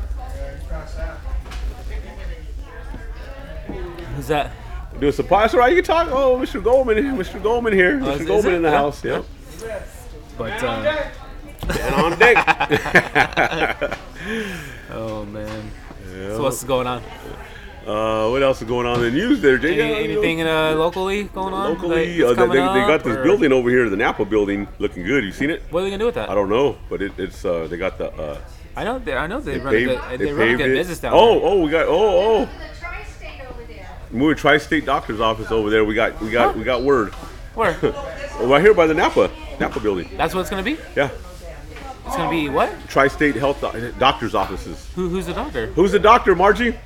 A: Who's that?
B: Do a surprise, all right? You can talk. Oh, Mr. Goldman, Mr. Goldman here.
A: Oh,
B: Mr.
A: is- is
B: Goldman
A: it?
B: in the
A: Yeah. *laughs*
B: house. Yep.
A: But uh,
B: And on deck.
A: oh man, so what's going on?
B: Uh, what else is going on in the news there, Jay?
A: Any, anything uh, locally going on?
B: Locally,
A: Like,
B: uh,
A: what's
B: they, they,
A: coming
B: they
A: up,
B: got this
A: or-
B: building over here, the Napa building, looking good. You seen it?
A: What are they gonna do with that?
B: I
A: I,
B: don't know, but it, it's uh, they got the uh,
A: know. They, I know they,
B: they
A: run a
B: paved,
A: good. They, run a
B: paved
A: good
B: it.
A: business down
B: oh,
A: there.
B: oh, we got oh oh.
D: The tri-state over there.
B: We're at Tri-State Doctor's Office over there. We got we got we got word
A: Where?
B: right here by the Napa Napa building.
A: That's what it's gonna be.
B: Yeah,
A: It's gonna be what?
B: Tri-State Health doc- Doctor's Offices.
A: Who, who's the doctor?
B: Who's the doctor, Margie?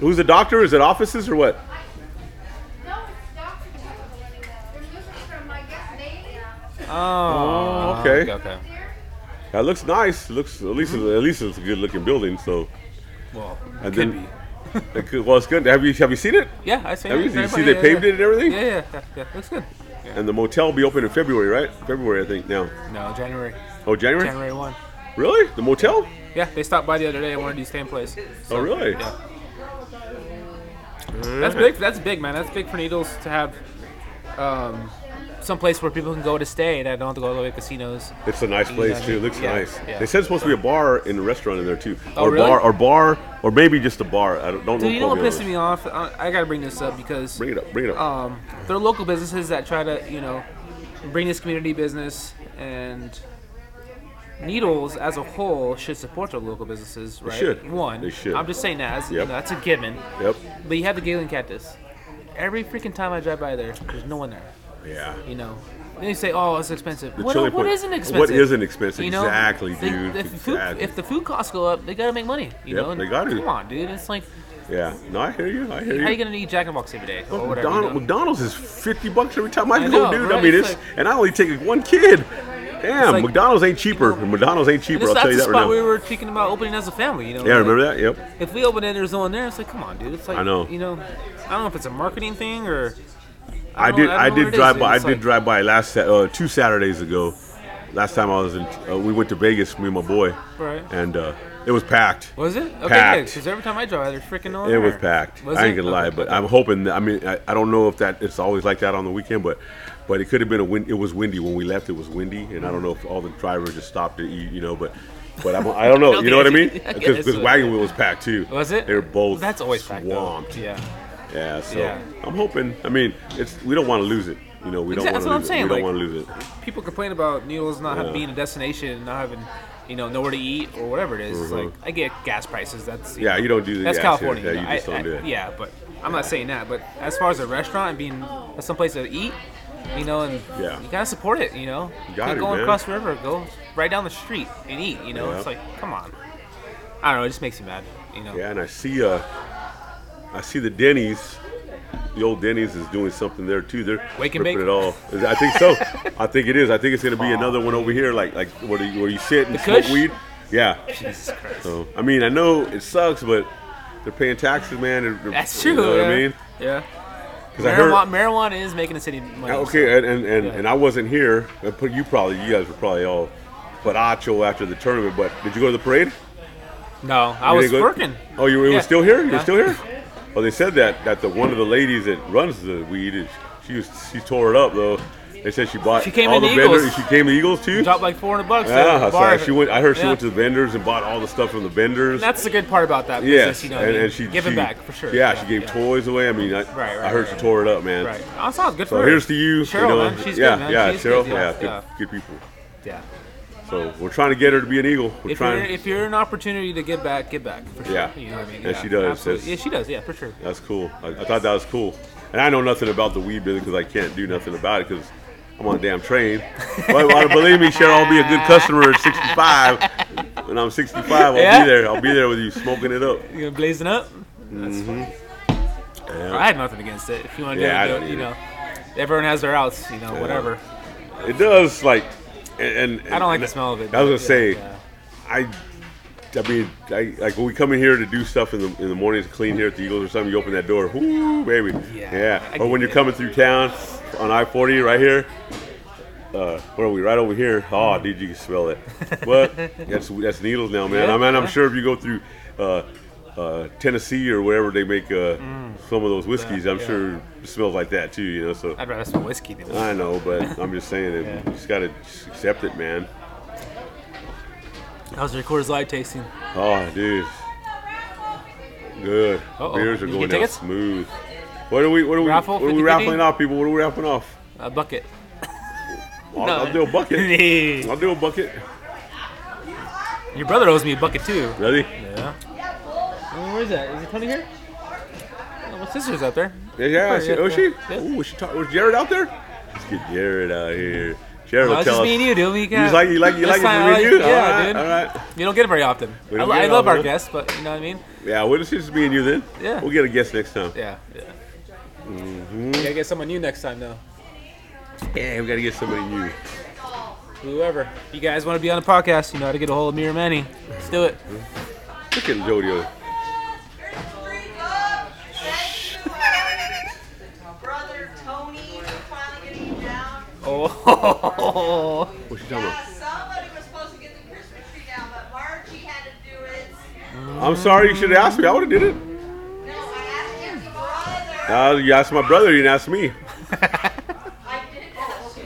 B: Who's the doctor? Is it offices or what?
D: No, it's Dr. Jekyll and They're looking from, I guess, Navy.
A: Oh,
B: okay.
A: Okay.
B: That looks nice. Looks at least it's- at least it's a good looking building. So
A: Well, could
B: And then- it could, well, it's good. Have you have you seen it?
A: be. Yeah, I see.
B: Have you, you see they paved it and everything?
A: Yeah, yeah, yeah, yeah. Looks good.
B: And the motel will be open in February, right? February, I think now.
A: No, January.
B: Oh, January?
A: January one.
B: Really? The motel?
A: Yeah, they stopped by the other day. I wanted to stay in place.
B: Oh, really? Mm-hmm.
A: Yeah. That's big. That's big, man. That's big for Needles to have um, some place where people can go to stay and I don't have to go all the way to casinos.
B: It's a nice place too. It looks
A: Yeah,
B: nice.
A: yeah.
B: They said it's supposed to be a bar and a restaurant in there too,
A: Oh,
B: or
A: really?
B: bar, or bar, or maybe just a bar. I don't, don't
A: Dude,
B: know.
A: you know what
B: quote on
A: pissed
B: this.
A: me off? I, I gotta bring this up because
B: Bring it up. Bring it up.
A: um, they're local businesses that try to, you know, bring this community business and Needles as a whole should support their local businesses, right?
B: should.
A: One.
B: They should.
A: I'm just saying that. As, you
B: Yep.
A: know, that's a given.
B: yep.
A: But you have the Galen Cactus. every freaking time I drive by there, there's no one there.
B: Yeah.
A: You know, then you say, "Oh, it's expensive."
B: The
A: What,
B: chili
A: what
B: point-
A: isn't
B: what
A: expensive?
B: isn't expensive?
A: You know,
B: Exactly,
A: they-
B: dude,
A: If, the food,
B: exactly.
A: if the food costs go up, they gotta make money. You
B: Yep,
A: know,
B: they gotta.
A: Come on, dude. It's like,
B: Yeah. No, I hear you. I hear
A: how you gonna eat Jack in the Box every day or whatever?
B: McDonald,
A: you know?
B: McDonald's is fifty bucks every time I,
A: I
B: go,
A: know,
B: dude. I
A: right?
B: mean,
A: It's
B: it's,
A: like-
B: and I only take one kid. Damn,
A: like-
B: McDonald's ain't cheaper. McDonald's ain't
A: And
B: cheaper.
A: this,
B: I'll
A: that's
B: tell you
A: the
B: that
A: spot
B: right now.
A: we were thinking about opening as a family. You know.
B: yeah,
A: like,
B: remember that? Yep.
A: If we open it, there's no one there. It's like, come on, dude. It's like,
B: I know.
A: You know, I don't know if it's a marketing thing or.
B: I,
A: don't-
B: did.
A: don't
B: I,
A: know what
B: did
A: it is,
B: drive
A: dude.
B: by. I
A: It's
B: did
A: like-
B: drive by last Sat- uh, two Saturdays ago. Last time I was in, uh, we went to Vegas, me and my boy,
A: Right.
B: and uh, it was packed.
A: Was it? Okay,
B: Packed.
A: because every time I drive, there's freaking no one
B: It was
A: there.
B: packed.
A: Was
B: I ain't
A: it?
B: gonna
A: Okay.
B: lie, but I'm hoping. That, I mean, I, I don't know if that it's always like that on the weekend, but but it could have been a wind. It was windy when we left. It was windy, and I don't know if all the drivers just stopped to eat, you know. But but I'm, I don't know.
A: don't
B: you know what I
A: think
B: mean?
A: it's- *laughs* I *laughs*
B: Because
A: guess
B: because
A: so.
B: wagon wheel was packed too.
A: Was it?
B: They were both.
A: That's always packed. though.
B: swamped.
A: Yeah.
B: Yeah. So
A: Yeah.
B: I'm hoping. I mean, it's we don't want to lose it. You know, we don't
A: Exact- that's
B: want to
A: what
B: lose it.
A: I'm
B: We
A: saying,
B: don't
A: like-
B: want to lose it.
A: People complain about Needles not having
B: Yeah.
A: being a destination and not having, you know, nowhere to eat or whatever it is. It's
B: Mhm.
A: Like I get gas prices. That's
B: Yeah, you don't do the
A: That's
B: gas here.
A: California.
B: Yeah,
A: you know,
B: you just
A: I-
B: don't do
A: I-
B: it.
A: Yeah, but I'm not saying that. But as far as a restaurant and being uh, someplace to eat, you know, and
B: Yeah.
A: you gotta support it. You know,
B: You got
A: Quit
B: it,
A: going
B: man.
A: across the river, go right down the street and eat. You know,
B: Yeah.
A: it's like come on. I don't know. It just makes you mad. You know.
B: Yeah, and I see uh, I see the Denny's, the old Denny's is doing something there too. They're
A: Wake and
B: ripping
A: bake?
B: it all. I think
A: *laughs*
B: so. I think it is. I think it's gonna be another one over here, like like where you, where you sit and
A: The
B: smoke
A: Kush?
B: weed. Yeah.
A: Jesus
B: *laughs*
A: Christ.
B: So I mean, I know it sucks, but they're paying taxes, man. They're- they're-
A: That's true.
B: You know
A: yeah.
B: what I mean?
A: Yeah.
B: 'Cause I heard-
A: Marijuana, marijuana is making the city money.
B: Okay, and and, and, and I wasn't here. I put you probably you guys were probably all, but Acho after the tournament. But did you go to the parade?
A: No, I
B: You
A: was
B: didn't go-
A: working.
B: Oh, you were you were
A: Yeah.
B: still here? You were
A: Yeah.
B: still here? Well, they said that that the one of the ladies that runs the weed is she was she tore it up though. They said she bought
A: She came
B: all
A: in
B: the
A: the
B: vendors.
A: Eagles.
B: She came to Eagles too.
A: Dropped like 400 bucks. at
B: yeah,
A: the
B: Ah, so
A: bar.
B: she went. I heard she
A: Yeah.
B: went to the vendors and bought all the stuff from the
A: And
B: vendors.
A: that's the good part about that business,
B: yes,
A: you know.
B: and,
A: I mean,
B: and she
A: giving
B: she-
A: back for sure.
B: Yeah, she gave
A: yeah.
B: toys away. I mean, I,
A: Right, right,
B: I heard
A: right.
B: she tore it up, man.
A: Right. Oh, sounds good
B: So
A: for her.
B: here's to you.
A: Cheryl,
B: you know,
A: man. She's
B: yeah,
A: good, man.
B: yeah,
A: She's
B: Cheryl,
A: good,
B: yeah,
A: yeah,
B: good,
A: yeah.
B: good people.
A: Yeah.
B: So we're trying to get her to be an eagle. We're
A: If you're,
B: trying.
A: if you're an opportunity to give back, give back. For sure.
B: Yeah.
A: You know what I mean?
B: And she does,
A: absolutely. Yeah,
B: that's-
A: she does. Yeah, for sure.
B: That's cool. I, I thought that was cool. And I know nothing about the weed business because I can't do nothing about it because I'm on a damn train. But, but believe me, Cheryl, I'll be a good customer at 65. When I'm 65, I'll
A: Yeah?
B: be there. I'll be there with you smoking it up.
A: You know, blazing up. That's fine. I had nothing against it. If you want to
B: Mm-hmm. Yeah, I
A: do it,
B: don't
A: do it, you
B: either.
A: know. Everyone has their outs, you know, whatever.
B: It does, like, and, and
A: I don't like
B: and
A: the smell of it.
B: I was gonna
A: but,
B: say,
A: yeah, yeah.
B: I, I mean, I, like when we come in here to do stuff in the in the morning to clean here at the Eagles or something, you open that door, whoo, baby,
A: Yeah.
B: yeah.
A: I
B: Or
A: get
B: when you're
A: it.
B: coming through town on I-40 right here, uh, where are we? Right over here. Oh,
A: Mm-hmm.
B: dude, you can smell it.
A: *laughs*
B: But that's that's needles now, man.
A: Yeah,
B: I mean, I'm
A: yeah.
B: sure if you go through. Uh, uh, Tennessee or wherever they make uh, some of those whiskeys, I'm
A: Mm. yeah.
B: sure it smells like that too. You know, so
A: I'd rather smell whiskey than
B: I know,
A: *laughs*
B: but I'm just saying, it,
A: Yeah.
B: you just gotta just accept it, man.
A: How's your Coors Light tasting?
B: Oh, dude, good.
A: Uh-oh.
B: Beers are
A: You
B: going
A: get
B: down
A: tickets?
B: smooth. What are we? What are we?
A: Raffle,
B: what are we
A: 50-50?
B: raffling off, people? What are we raffling off?
A: A
B: *laughs*
A: bucket.
B: I'll,
A: No.
B: I'll do a
A: *laughs*
B: bucket.
A: Your
B: I'll do a bucket.
A: brother owes me a bucket too.
B: Ready?
A: Yeah. Oh, Where is that? Is it Tony here? Yeah, My sister's out there.
B: Yeah. yeah, I see. Oh, she.
A: Yeah.
B: Oh, was she? Talk, was Jared out there? Let's get Jared out here. Jared
A: No,
B: will
A: Oh, it's
B: tell
A: just
B: us.
A: me and you, dude. We
B: You
A: got-
B: like you like you
A: That's
B: like it
A: fine,
B: for
A: I
B: me and you?
A: like-
B: all
A: Yeah,
B: right,
A: dude.
B: All right.
A: You don't get it very often.
B: We
A: I,
B: don't
A: lo-
B: get
A: I
B: it
A: love
B: often,
A: our
B: huh?
A: guests, but you know what I mean?
B: Yeah, well, it's just me and you then.
A: Yeah.
B: We'll get a guest next time.
A: Yeah. yeah.
B: Mm-hmm.
A: Gotta get someone new next time, though.
B: Yeah, we gotta get somebody new.
A: Whoever. You guys want to be on the podcast, you know how to get a hold of me or Manny. Let's do it.
B: Look at Jody. over there.
C: Brother Tony, we're finally getting him down.
A: Oh.
B: What's she talking
C: Yeah,
B: about?
C: somebody was supposed to get the Christmas tree down, but Margie had to do it.
B: I'm sorry. You should have asked me. I would have did it.
C: No, I asked your
B: Uh,
C: brother.
B: you asked my brother. You didn't ask me.
C: I did ask you.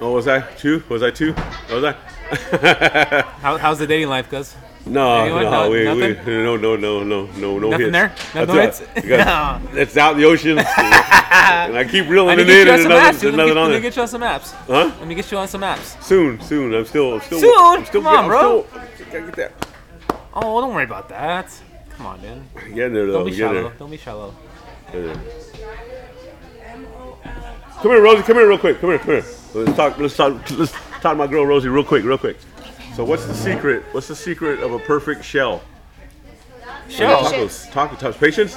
B: Oh, was I two? Was I two? Was I? *laughs*
A: How, how's the dating life, cuz?
B: no,
A: Anyone?
B: no,
A: No-
B: we, we,
A: nothing?
B: no, no, no, no, no, no
A: Nothing
B: hits.
A: there? No- no
B: That's
A: hits?
B: it.
A: *laughs*
B: Because it's out in the ocean, and I keep
A: I
B: reeling
A: need
B: it
A: to get
B: in,
A: you on
B: and
A: some
B: another,
A: apps.
B: there's
A: dude. Let me
B: nothing
A: get-
B: on
A: let me
B: there.
A: get you on some apps.
B: Huh?
A: Let me get you on some apps.
B: Soon, soon. I'm still, I'm still,
A: Soon?
B: I'm still
A: Come on,
B: I'm
A: bro.
B: Still, gotta get that.
A: Oh, don't worry about that. Come on, dude.
B: Getting there though.
A: Don't be
B: getting
A: shallow.
B: there.
A: Don't be shallow.
B: Yeah. Come here, Rosie. Come here, real quick. Come here. Come here. Let's talk. Let's talk. Let's talk to my girl Rosie, real quick, real quick. So, what's the secret? What's the secret of a perfect shell?
A: Shell.
B: Tacos. Tacos. Tacos. Patience.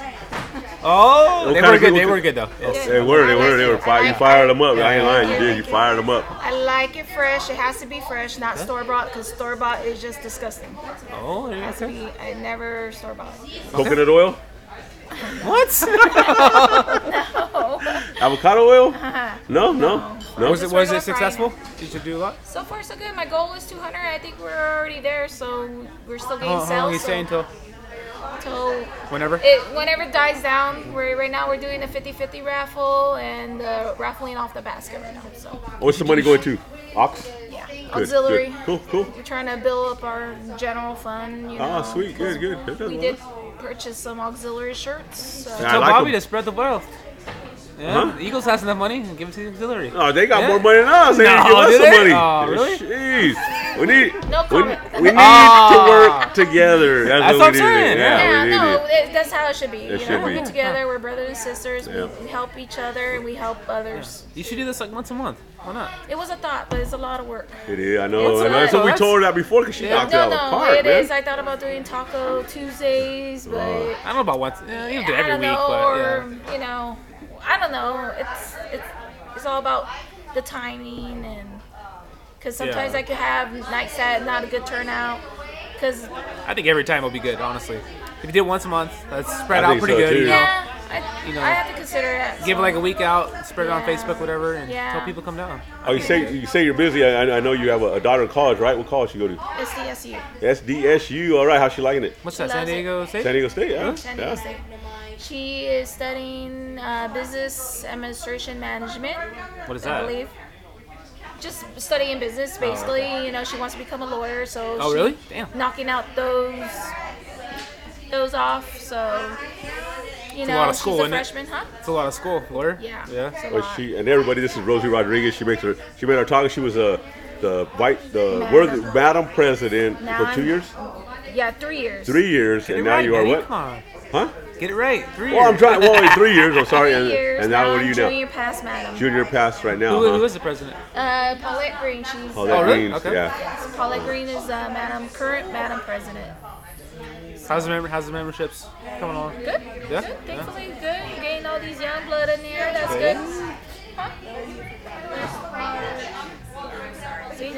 A: Oh, they
B: kind
A: were
B: of
A: good.
B: good
A: They
B: was
A: were
B: it?
A: good though. Yes.
B: They were. They were. They were. Fire. You fired them up. I ain't lying. You did. You fired them up.
E: I like it fresh. It has to be fresh, not store bought, because store bought is just disgusting.
A: Oh, there you
E: It has to
A: go.
E: be, I never store bought.
B: Coconut oil.
A: *laughs* what?
B: Avocado oil. No. No. No.
A: was it was it
E: Just regular
A: successful? Did you do a lot?
E: So far, so good. My goal is 200. I think we're already there, so we're still getting
B: Oh,
A: How, how long are you
E: sales.
A: staying till?
E: until
A: Whenever.
E: it whenever it dies down. We're right now we're doing the 50-50 raffle and uh, raffling off the basket right now. So
B: What's the money going to? Ox.
E: yeah,
B: Good,
E: auxiliary.
B: good. Cool. Cool.
E: We're trying to build up our general fund. You know,
B: Ah, sweet. Good. Good. That does
E: We
B: well.
E: did purchase some auxiliary shirts. So.
B: Yeah, I
A: Tell
B: like
A: Bobby
B: 'em.
A: to spread the wealth. Yeah,
B: Huh?
A: the Eagles has enough money. Give it to the auxiliary.
B: Oh, they got
A: Yeah.
B: more money than us. They didn't
A: No,
B: give us
A: did
B: the
A: they?
B: money.
A: Oh, really?
B: Jeez. We need,
E: No
B: we,
E: comment.
B: we need
A: Ah.
B: to work together. That's,
A: That's what
B: we
A: I'm
B: need to do.
A: saying,
B: Yeah,
E: Yeah,
B: we
E: no,
B: need
E: it, that's how it should be. you
B: should
E: know, we
B: be.
E: get together, we're brothers and sisters,
B: Yeah.
E: we, we help each other, and we help others.
A: You should do this like once a month. Why not?
E: It was a thought, but it's a lot of work.
B: it. It is. I know.
A: It's
B: I know. That's
A: not-
B: what we
A: that's-
B: told her that before because she
A: Yeah.
B: knocked it
E: No,
B: out of the
E: no,
B: park,
E: it
B: man.
E: is. I thought about doing Taco Tuesdays, but
A: I don't know about once. Yeah, you don't do it
E: I
A: every
E: don't
A: week,
E: know,
A: but yeah.
E: or you know, I don't know. It's it's it's all about the timing and because sometimes
A: Yeah.
E: I could have nights that not a good turnout. Because
A: I think every time will be good, honestly. If you did once a month, that's spread
B: I
A: out
B: think
A: pretty
B: so,
A: good.
B: too.
A: You know,
E: yeah, I,
A: You know.
E: I have to consider it.
A: give it
E: so.
A: like a week out, spread it on
E: Yeah.
A: Facebook, whatever, and
E: Yeah.
A: tell people come down.
B: Oh, you say you say you're busy. I, I- I know you have a, a daughter in college, right? What college you go to?
E: It's the SU.
B: SDSU. All right. How's she liking it?
A: What's that? San
E: Loves it.
A: Diego State.
B: San Diego State. Yeah.
E: San Diego
B: yeah.
E: State. She is studying uh, business administration management.
A: What is that?
E: I believe. Just studying business, basically. You know, she wants to become a lawyer, so
A: Oh,
E: she-
A: really? Damn.
E: knocking out those those off. So you know,
A: lot of
E: she's
A: school,
E: a
A: isn't it?
E: freshman, huh?
A: It's a lot of school, lawyer.
E: Yeah.
A: Yeah.
E: It's a
B: Well,
E: lot.
B: she and everybody. This is Rosie Rodriguez. She makes her. She made our talk. She was a. the vice, the worthy, madam president
E: Now
B: for two
E: I'm-
B: years,
E: Yeah, three years.
B: three years,
A: Get it
B: and now
A: right,
B: you are
A: Betty,
B: what?
A: Come on.
B: Huh?
A: Get it right. Three.
B: Well, I'm
A: years.
B: trying. Well, in three years. I'm sorry.
E: Three
B: And,
E: years.
B: Oh, and now what do you
E: Junior
B: know?
E: past madam.
B: Junior pass right now.
A: *laughs* Who,
B: huh?
A: who is the president?
E: Uh, Paulette Green. She's
B: Oh, that
A: Oh, really?
B: means-
A: Okay.
B: Yeah.
E: yes, Paulette Green is uh, madam current madam president.
A: How's the member? How's the memberships coming along?
B: *laughs*
E: Good.
A: Yeah.
E: Good.
A: yeah.
E: Thankfully, good. You gained all these young blood in there. That's good. Huh?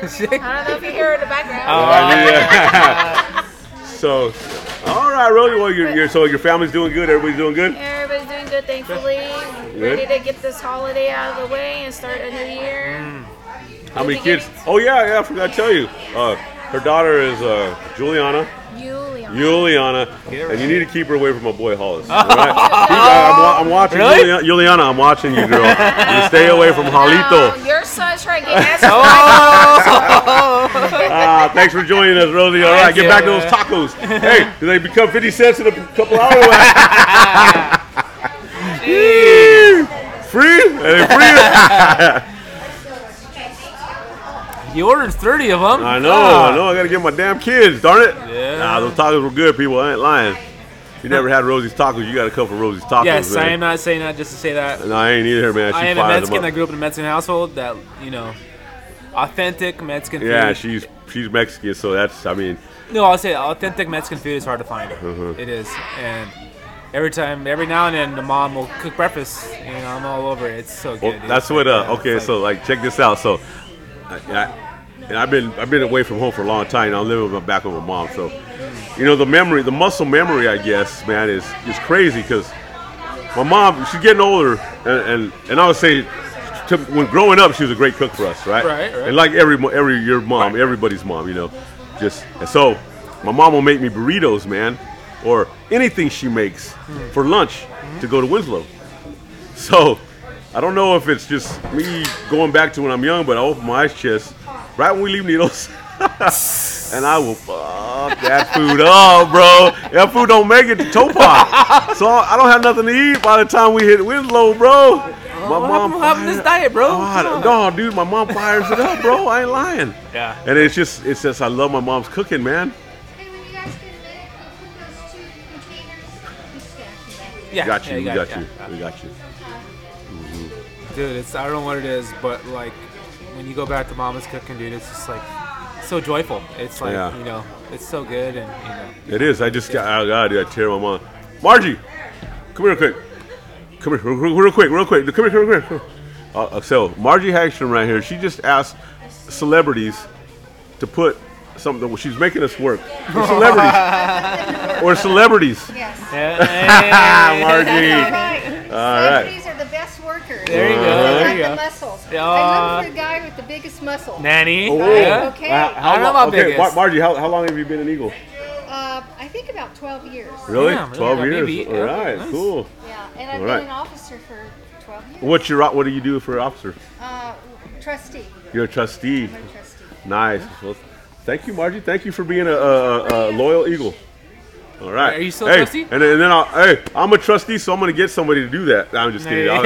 E: See? I don't know if you hear in the
A: Uh,
E: background.
B: *laughs*
A: *laughs*
B: Yeah. so, all right, Rosie. Well, you're, you're, so your family's doing good. Everybody's doing good.
E: Everybody's doing good, thankfully. Ready to get this holiday out of the way and start a new year.
A: Mm.
B: How many kids? Oh yeah, yeah. I forgot to tell you. Uh, her daughter is uh, Juliana.
E: Julian.
B: Juliana,
A: Get her
B: and you need to keep her away from my boy
A: *laughs*
B: Hollis. all right? Keep- I'm, wa- I'm watching
A: Really?
B: Juliana, Juliana. I'm watching you, girl. You stay away from Holito.
E: Oh, your son's trying
A: *laughs*
E: to get asked
A: Oh.
E: for
B: Ah, thanks for joining us, Rosie. All right, get back to those tacos.
A: *laughs*
B: Hey, do they become 50 cents in a couple hours? Free? Are they free?
A: You ordered 30 of them.
B: I know, I know. I gotta get my damn kids. Darn it.
A: Yeah.
B: Nah, those tacos were good, people. I ain't lying. If you never had Rosie's tacos, you gotta come for Rosie's tacos,
A: Yes,
B: man.
A: I am not saying that just to say that.
B: No, I ain't either, man. She
A: I am a
B: fires them
A: Mexican
B: up.
A: that grew up in a Mexican household that, you know, authentic Mexican
B: Yeah,
A: food.
B: she's she's Mexican, so that's. I mean,
A: no, I'll say authentic Mexican food is hard to find.
B: Mm-hmm.
A: It is. And every time, every now and then, the mom will cook breakfast. You know, I'm all over it. It's so
B: well,
A: good. dude.
B: that's what.
A: Like,
B: Uh,
A: it's
B: okay,
A: like-
B: so like, check this out. So, I, I, and I've been I've been away from home for a long time. And I'm living with my back with my mom, so you know the memory, the muscle memory, I guess, man, is is crazy because my mom she's getting older, and and, and I would say. To, when growing up, she was a great cook for us, right?
A: Right, right.
B: And like every mo- every your mom, everybody's mom, you know, just and so my mom will make me burritos, man, or anything she makes
A: Hmm.
B: for lunch to go to Winslow. So I don't know if it's just me going back to when I'm young, but I open my eyes chest right when we leave Needles. *laughs* and I will fuck that food up, bro. That food don't make it to Topa. so I don't have nothing to eat by the time we hit Winslow, bro. My
A: what happened- what happened to this
B: fires-
A: diet, bro?
B: Oh, I-
A: Come
B: no, dude, my mom fires it up, bro. I ain't lying.
A: Yeah.
B: And it's just, it's just, I love my mom's cooking, man.
F: Hey, when you guys get a minute, can you put those two containers? You stack them.
A: Yeah,
B: got
A: yeah,
B: you.
A: you
B: we
A: got
B: got,
A: it,
B: you.
A: yeah.
B: We got you.
A: Uh, dude. It's I don't know what it is, but like when you go back to Mama's cooking, dude, it's just like so joyful. It's like
B: Yeah.
A: you know, it's so good, and you know,
B: It is. I just got. Oh God, I tear my mom. Margie, come here quick. Come here, real, real quick, real quick. Come here, come here, come here. Uh, so Margie Hagstrom right here. She just asked celebrities to put something. Well, she's making us work. We're celebrities. We're celebrities.
F: Yes.
B: Ah,
A: *laughs* Hey,
F: All
B: Margie.
F: right.
B: All right.
F: Celebrities are the best workers.
A: there you go, there
F: Got
A: you
F: the
A: go,
F: muscles. I
A: Yeah.
F: look for the guy with the biggest muscle.
A: nanny.
B: Oh,
A: Yeah.
F: Okay.
B: Wow,
A: I don't know
B: lo-
A: about
B: okay,
A: biggest.
B: Mar- Margie, how, how long have you been an Eagle?
F: Uh, I think about 12 years.
B: Really?
A: Yeah, really,
B: Twelve
A: yeah,
B: years.
A: maybe.
B: All
A: Yeah,
B: right,
A: nice.
B: cool.
F: Yeah, and I've
B: All right.
F: been an officer for 12 years.
B: What's your what do you do for an officer?
F: Uh, trustee.
B: You're a trustee.
F: I'm a *laughs* trustee.
B: Nice. Well, thank you, Margie. Thank you for being a, a, a, a loyal Eagle. All right.
A: Are you still a
B: hey,
A: trustee?
B: And then, and then I'll, hey, I'm a trustee, so I'm gonna get somebody to do that. No, I'm just kidding. *laughs* I'll-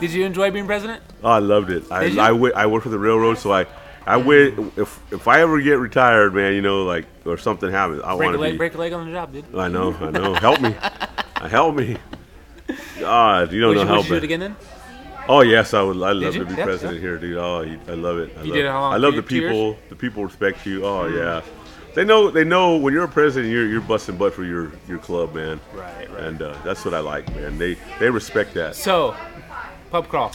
A: Did you enjoy being president?
B: Oh, I loved it. I,
A: Did you?
B: I, wi- I work for the railroad, so I, I wi- if if I ever get retired, man, you know, like or something happens, I
A: Break
B: want
A: a
B: to
A: leg,
B: be.
A: break a leg on the job, dude.
B: I know, I know.
A: *laughs*
B: Help me, help me. God, you don't
A: Would you, would
B: know how
A: you do it
B: bad.
A: again then?
B: Oh yes, I would. I love
A: you?
B: to be
A: Yeah,
B: president here, dude. Oh, you- I love it. I love,
A: did it Mm-hmm. how long?
B: I love
A: Two-
B: the
A: two years?
B: people. The people respect you. Oh yeah, they know. They know when you're a president, you're you're busting butt for your your club, man.
A: Right, right.
B: And uh, that's what I like, man. They they respect that.
A: So, pub crawl,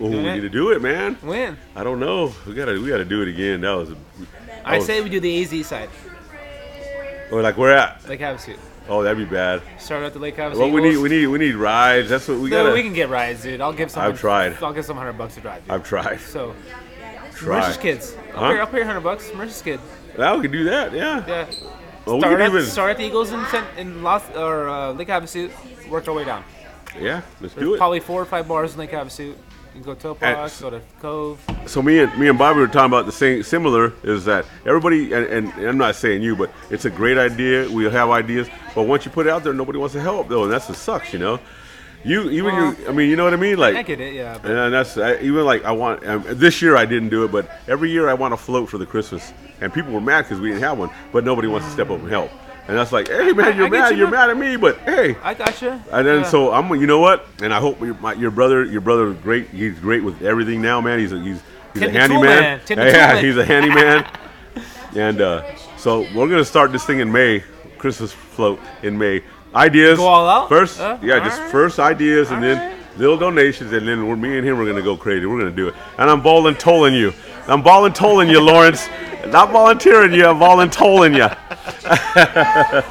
B: Ooh, we
A: it.
B: need to do it, man.
A: win.
B: I don't know. We gotta we gotta do it again. That was. Oh.
A: I say we do the AZ side,
B: Or like we're at.
A: Lake Havasu.
B: Oh, that'd be bad.
A: Start at the Lake Havasu.
B: Well, we need
A: Eagles.
B: we need we need rides. That's what we
A: No,
B: gotta.
A: we can get rides, dude. I'll give some.
B: I've tried.
A: I'll give some hundred bucks to drive. Dude.
B: I've tried.
A: So,
B: Try.
A: Mercer's kids. I'll
B: Huh?
A: pay, I'll pay hundred bucks. Mercer's kid.
B: Now we can do that. Yeah.
A: Yeah.
B: Well, we
A: start,
B: could
A: at,
B: even-
A: start at the Eagles in, Cent- in Los or uh, Lake Havasu. Work our way down.
B: Yeah. Let's do
A: There's
B: it.
A: probably four or five bars in Lake Havasu. You can go to Topaz, go
B: At-
A: to Cove.
B: so me and me and Bobby were talking about the same similar is that everybody and, and, and I'm not saying you, but it's a great idea. We have ideas, but once you put it out there, nobody wants to help though, and that's what sucks, you know. You even you, I mean, you know what I mean,
A: I
B: like.
A: get it, yeah. But
B: And that's I, even like I want um, this year I didn't do it, but every year I want to float for the Christmas, and people were mad because we didn't have one, but nobody wants to step up and help. And that's like, hey man, you're
A: I get
B: mad,
A: you,
B: you're
A: man.
B: mad at me, but hey,
A: I gotcha.
B: and then
A: Yeah.
B: so I'm, you know what? And I hope your, my, your brother, your brother, is great. He's great with everything now, man. He's a, he's he's
A: Tim
B: a
A: the
B: handyman.
A: Toolman. Tim the
B: *laughs* yeah,
A: Toolman.
B: he's a handyman. and uh, so we're gonna start this thing in May, Christmas float in May. Ideas
A: Go all out?
B: first,
A: Uh,
B: yeah, just
A: alright.
B: first ideas, and then
A: Alright.
B: little donations, and then we're, me and him we're gonna go crazy. We're gonna do it. And I'm volunteering you. I'm volunteering you, Lawrence. Not volunteering you. I'm volunteering you.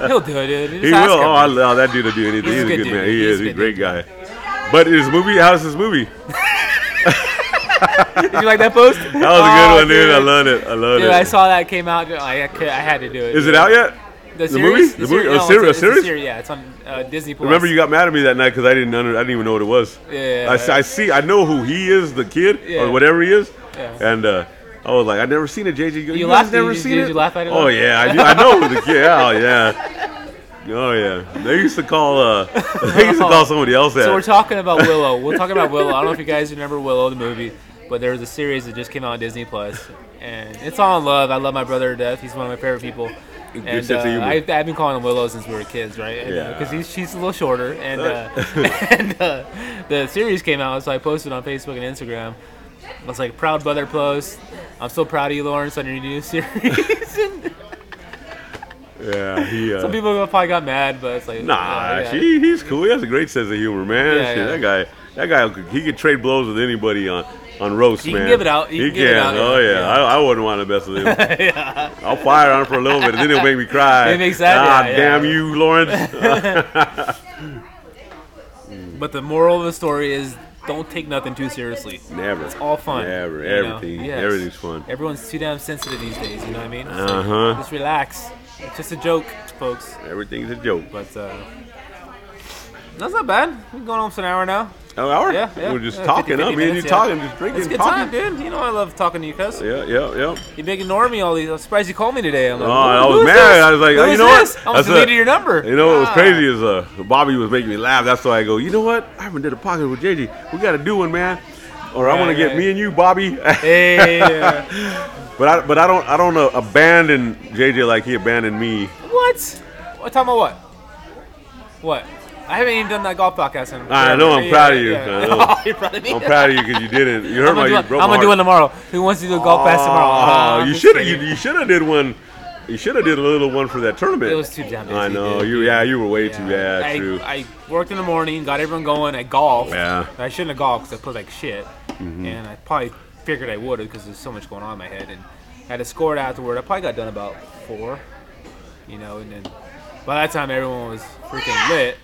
A: He'll do it, dude. Just
B: He
A: ask
B: will.
A: him.
B: Oh, I love that dude to do anything.
A: He's
B: He's,
A: a
B: a
A: good
B: good,
A: dude.
B: man. He
A: He's
B: is.
A: a
B: He's a
A: good
B: great guy. But his movie, how's his movie?
A: Did you like that post? That was a
B: *laughs* That was a good one, dude. I loved it. I loved
A: Oh, Dude,
B: it.
A: I saw that came out. dude, I, I, could- I had to do it.
B: Is it out yet?
A: The,
B: The
A: series?
B: movie? The movie? A
A: no,
B: seri-
A: it's
B: a series?
A: series? Yeah, it's on uh, Disney Plus.
B: Remember, you got mad at me that night because I didn't under, I didn't even know what it was.
A: Yeah.
B: I, s- I see. I know who he is, the kid
A: Yeah.
B: or whatever he is.
A: Yeah.
B: And uh, I was like, I never seen it, JJ. You, guys
A: laughed-
B: Never
A: did-
B: seen
A: did
B: it.
A: you laugh at it?
B: Oh yeah, I, do- I know who the kid. Oh yeah. Oh yeah. They used to call. Uh, *laughs* they
A: *laughs*
B: used to call somebody else that.
A: So we're talking
B: *laughs*
A: about Willow. We'll talk about Willow. I don't know if you guys remember Willow the movie, but there was a series that just came out on Disney Plus, and it's all in love. I love my brother to death. He's one of my favorite people. And
B: sense of
A: uh,
B: humor.
A: I, I've been calling him Willow since we were kids, right? And,
B: Yeah.
A: Because he's she's a little shorter, and uh,
B: *laughs*
A: *laughs* and uh, the series came out, so I posted on Facebook and Instagram. I was like, proud brother post. I'm so proud of you, Lawrence, on your new *laughs* series. and
B: yeah. He, uh,
A: some people probably got mad, but it's like,
B: Nah,
A: uh, yeah.
B: she, he's cool. He has a great sense of humor, man.
A: Yeah,
B: Shit,
A: yeah.
B: That guy, that guy, could- he could trade blows with anybody on on roast,
A: He can
B: man.
A: give it out. He can give it out,
B: Oh
A: yeah,
B: yeah,
A: yeah.
B: I, I wouldn't want to mess
A: *laughs*
B: with him. I'll fire on him for a little bit, and then he'll make
A: *laughs*
B: me cry.
A: It makes that-
B: Ah,
A: yeah, yeah.
B: damn
A: *laughs*
B: you, Lawrence. Ah,
A: But the moral of the story is don't take nothing too seriously.
B: Never.
A: It's all fun.
B: Never.
A: you know?
B: Everything.
A: Yes.
B: Everything's fun.
A: Everyone's too damn sensitive these days, you know what I mean? It's like,
B: Uh huh.
A: just relax. It's just a joke, folks.
B: Everything's a joke.
A: But uh, that's not bad. We're going almost an hour now.
B: An hour?
A: Yeah, yeah.
B: We're just
A: Yeah,
B: talking.
A: 50,
B: Huh?
A: 50
B: Me and you
A: minutes, yeah.
B: talking, just drinking,
A: It's a good time,
B: talking.
A: dude. You know I love talking to you, cuz.
B: Yeah, yeah, yeah.
A: You've been ignoring me all these. I'm surprised you called me today. I'm like,
B: Oh, I
A: "Who
B: was
A: is
B: mad.
A: this?
B: I was like,
A: Who
B: oh, you
A: is
B: know what?
A: this? I almost
B: That's a-
A: deleted your number.
B: You know what was
A: Ah.
B: crazy is uh, Bobby was making me laugh. That's why I go. You know what? I haven't did a podcast with JJ. We got to do one, man. Or I want
A: Right,
B: to get
A: right.
B: me and you, Bobby. *laughs*
A: Hey, yeah.
B: uh, but I but I don't I don't uh, abandon JJ like he abandoned me.
A: *laughs* what? What talking about what? What? I haven't even done that golf podcast in.
B: I know, I'm
A: forever.
B: proud of
A: *laughs*
B: you. I know.
A: Oh, You're proud of me.
B: I'm proud of you because you did it. You heard
A: I'm gonna,
B: my
A: do,
B: you
A: it-
B: broke
A: I'm
B: my
A: gonna do one tomorrow.
B: heart.
A: Who wants to do a golf pass tomorrow? Ah,
B: Oh,
A: I'm
B: you
A: just
B: should have.
A: kidding.
B: You, you should have did one. You should have did a little one for that tournament.
A: It was too damn busy,
B: I know.
A: dude.
B: You yeah. You were way too
A: Yeah,
B: bad.
A: I,
B: true.
A: I worked in the morning, got everyone going. I golfed.
B: Yeah. Mm-hmm.
A: I shouldn't have golfed because I played like shit, and I probably figured I would because there's so much going on in my head, and I had to score it afterward. I probably got done about four, you know, and then by that time everyone was freaking lit.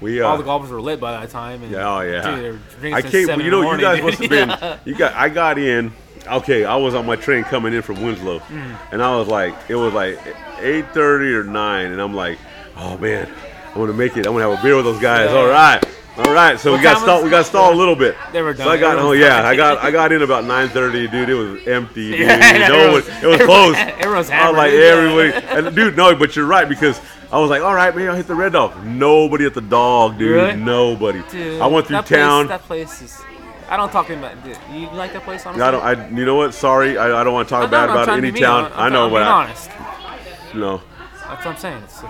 B: we uh,
A: All the golfers were lit by that time. And
B: Yeah, oh yeah.
A: Dude, they were drinking
B: I
A: since
B: came.
A: seven
B: You
A: in the
B: know, you
A: morning,
B: guys
A: dude.
B: must have
A: Yeah.
B: been. You got. I got in. Okay, I was on my train coming in from Winslow,
A: Mm.
B: and I was like, it was like eight thirty or nine, and I'm like, oh man, I'm gonna make it. I'm gonna have a beer with those guys.
A: Yeah.
B: All right, all right. So
A: What
B: we got
A: time
B: stalled.
A: was-
B: We got stalled a little bit.
A: They were
B: So I
A: done.
B: got. Oh
A: Everyone's
B: yeah,
A: done.
B: I got. I got in about nine thirty, dude. It was empty.
A: *laughs*
B: Dude.
A: Yeah,
B: no one.
A: everyone's-
B: It was
A: everyone-
B: closed.
A: everyone's
B: I was like
A: hammered, yeah.
B: everybody. And dude, no, but you're right because. I was like, all right, maybe I'll hit the red dog. Nobody at the dog, dude.
A: Really?
B: Nobody.
A: *laughs* Dude,
B: I went through
A: that
B: town.
A: Place, that place is. I don't talk about. Dude, you like that place? Honestly,
B: I don't. I, you know what? Sorry, I, I don't want to talk
A: I'm
B: bad
A: not- I'm
B: about
A: trying to
B: any
A: be mean.
B: town.
A: I'm-
B: I know,
A: I'm
B: but
A: being
B: I,
A: honest.
B: no,
A: That's what I'm saying. It's,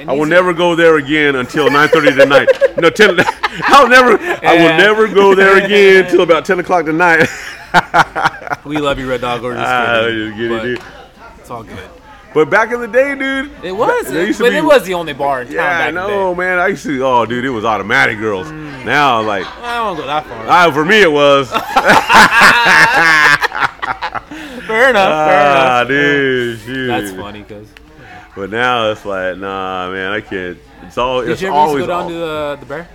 A: it
B: I will
A: needs-
B: never go there again until
A: *laughs*
B: 9:30 tonight. No, 10. *laughs* I'll never. I
A: Yeah.
B: will never go
A: *laughs*
B: there again until about 10 o'clock tonight.
A: *laughs* We love you, Red Dog. We're just
B: *laughs* Ah,
A: kidding,
B: just kidding,
A: but
B: dude.
A: It's all good.
B: But back in the day, dude,
A: It was,
B: There used to
A: but
B: be-
A: it was the only bar in town.
B: yeah,
A: back
B: I
A: in the
B: know,
A: day. Mm.
B: man. I used to. Oh, dude, it was automatic girls. Now, like,
A: I don't want to go that far.
B: ah, for me,
A: *laughs*
B: it was.
A: fair enough.
B: ah,
A: fair enough.
B: dude, shoot.
A: That's funny because
B: But now it's like, nah, man, I can't. It's all.
A: did
B: it's
A: you ever used to go
B: always
A: down
B: all-
A: to the the *laughs* bear?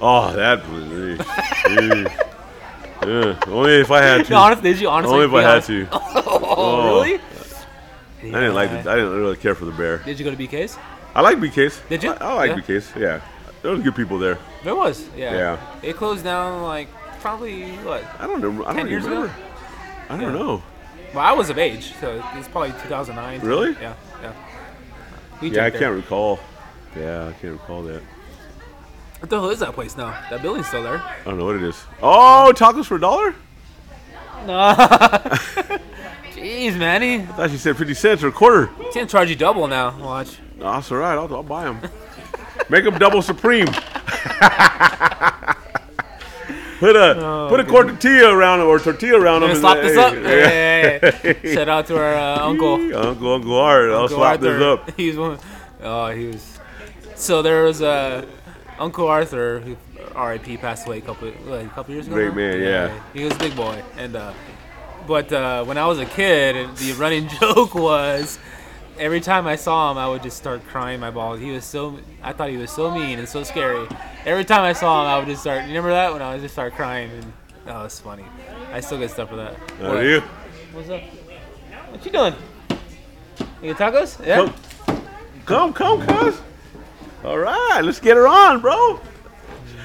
B: Oh, that was.
A: *laughs*
B: eh, eh. Yeah, only if I
A: *laughs*
B: had to.
A: No, honestly, did you honestly?
B: only if
A: be
B: I had
A: honest-
B: to. I
A: *laughs* Oh, really?
B: didn't like. The, I didn't really care for the bear.
A: Did you go to BK's?
B: I like BK's.
A: Did you?
B: I, I like
A: Yeah.
B: BK's. Yeah, there was good people there.
A: There was. Yeah.
B: Yeah.
A: It closed down like probably what?
B: I don't remember. I don't
A: 10 years
B: remember.
A: ago?
B: I don't know.
A: Well, I was of age, so it's probably 2009.
B: Really?
A: Yeah. Yeah. We
B: Yeah, I
A: drank there.
B: can't recall. Yeah, I can't recall that.
A: What the hell is that place now? That building's still there.
B: I don't know what it is. Oh, tacos for a dollar?
A: No. *laughs* Jeez, Manny.
B: I thought you said fifty cents or a quarter.
A: It's gonna charge you double now. Watch.
B: No, that's all right. I'll, I'll buy them. Make them double supreme. *laughs* put a
A: Oh,
B: put a quart tortilla around 'em or tortilla around them.
A: Gonna slap this up. Hey, hey,
B: *laughs*
A: hey. Shout out to our uh, uncle.
B: Uncle, Uncle Art, I'll
A: Uncle
B: slap this
A: Arthur.
B: up.
A: *laughs* He's one. Oh, he was. So there was uh, Uncle Arthur, who R.I.P. passed away a couple like, a couple years ago.
B: Great
A: now?
B: man, yeah.
A: He was a big boy, and uh, but uh, when I was a kid, the running *laughs* joke was. Every time I saw him, I would just start crying my balls. He was so, I thought he was so mean and so scary. Every time I saw him, I would just start. You remember that when I would just start crying? And, oh, it's funny. I still get stuff for that.
B: How
A: What?
B: are you?
A: What's up? What you doing? You get tacos? Yeah.
B: Come, come, come, cuz. All right, let's get her on, bro.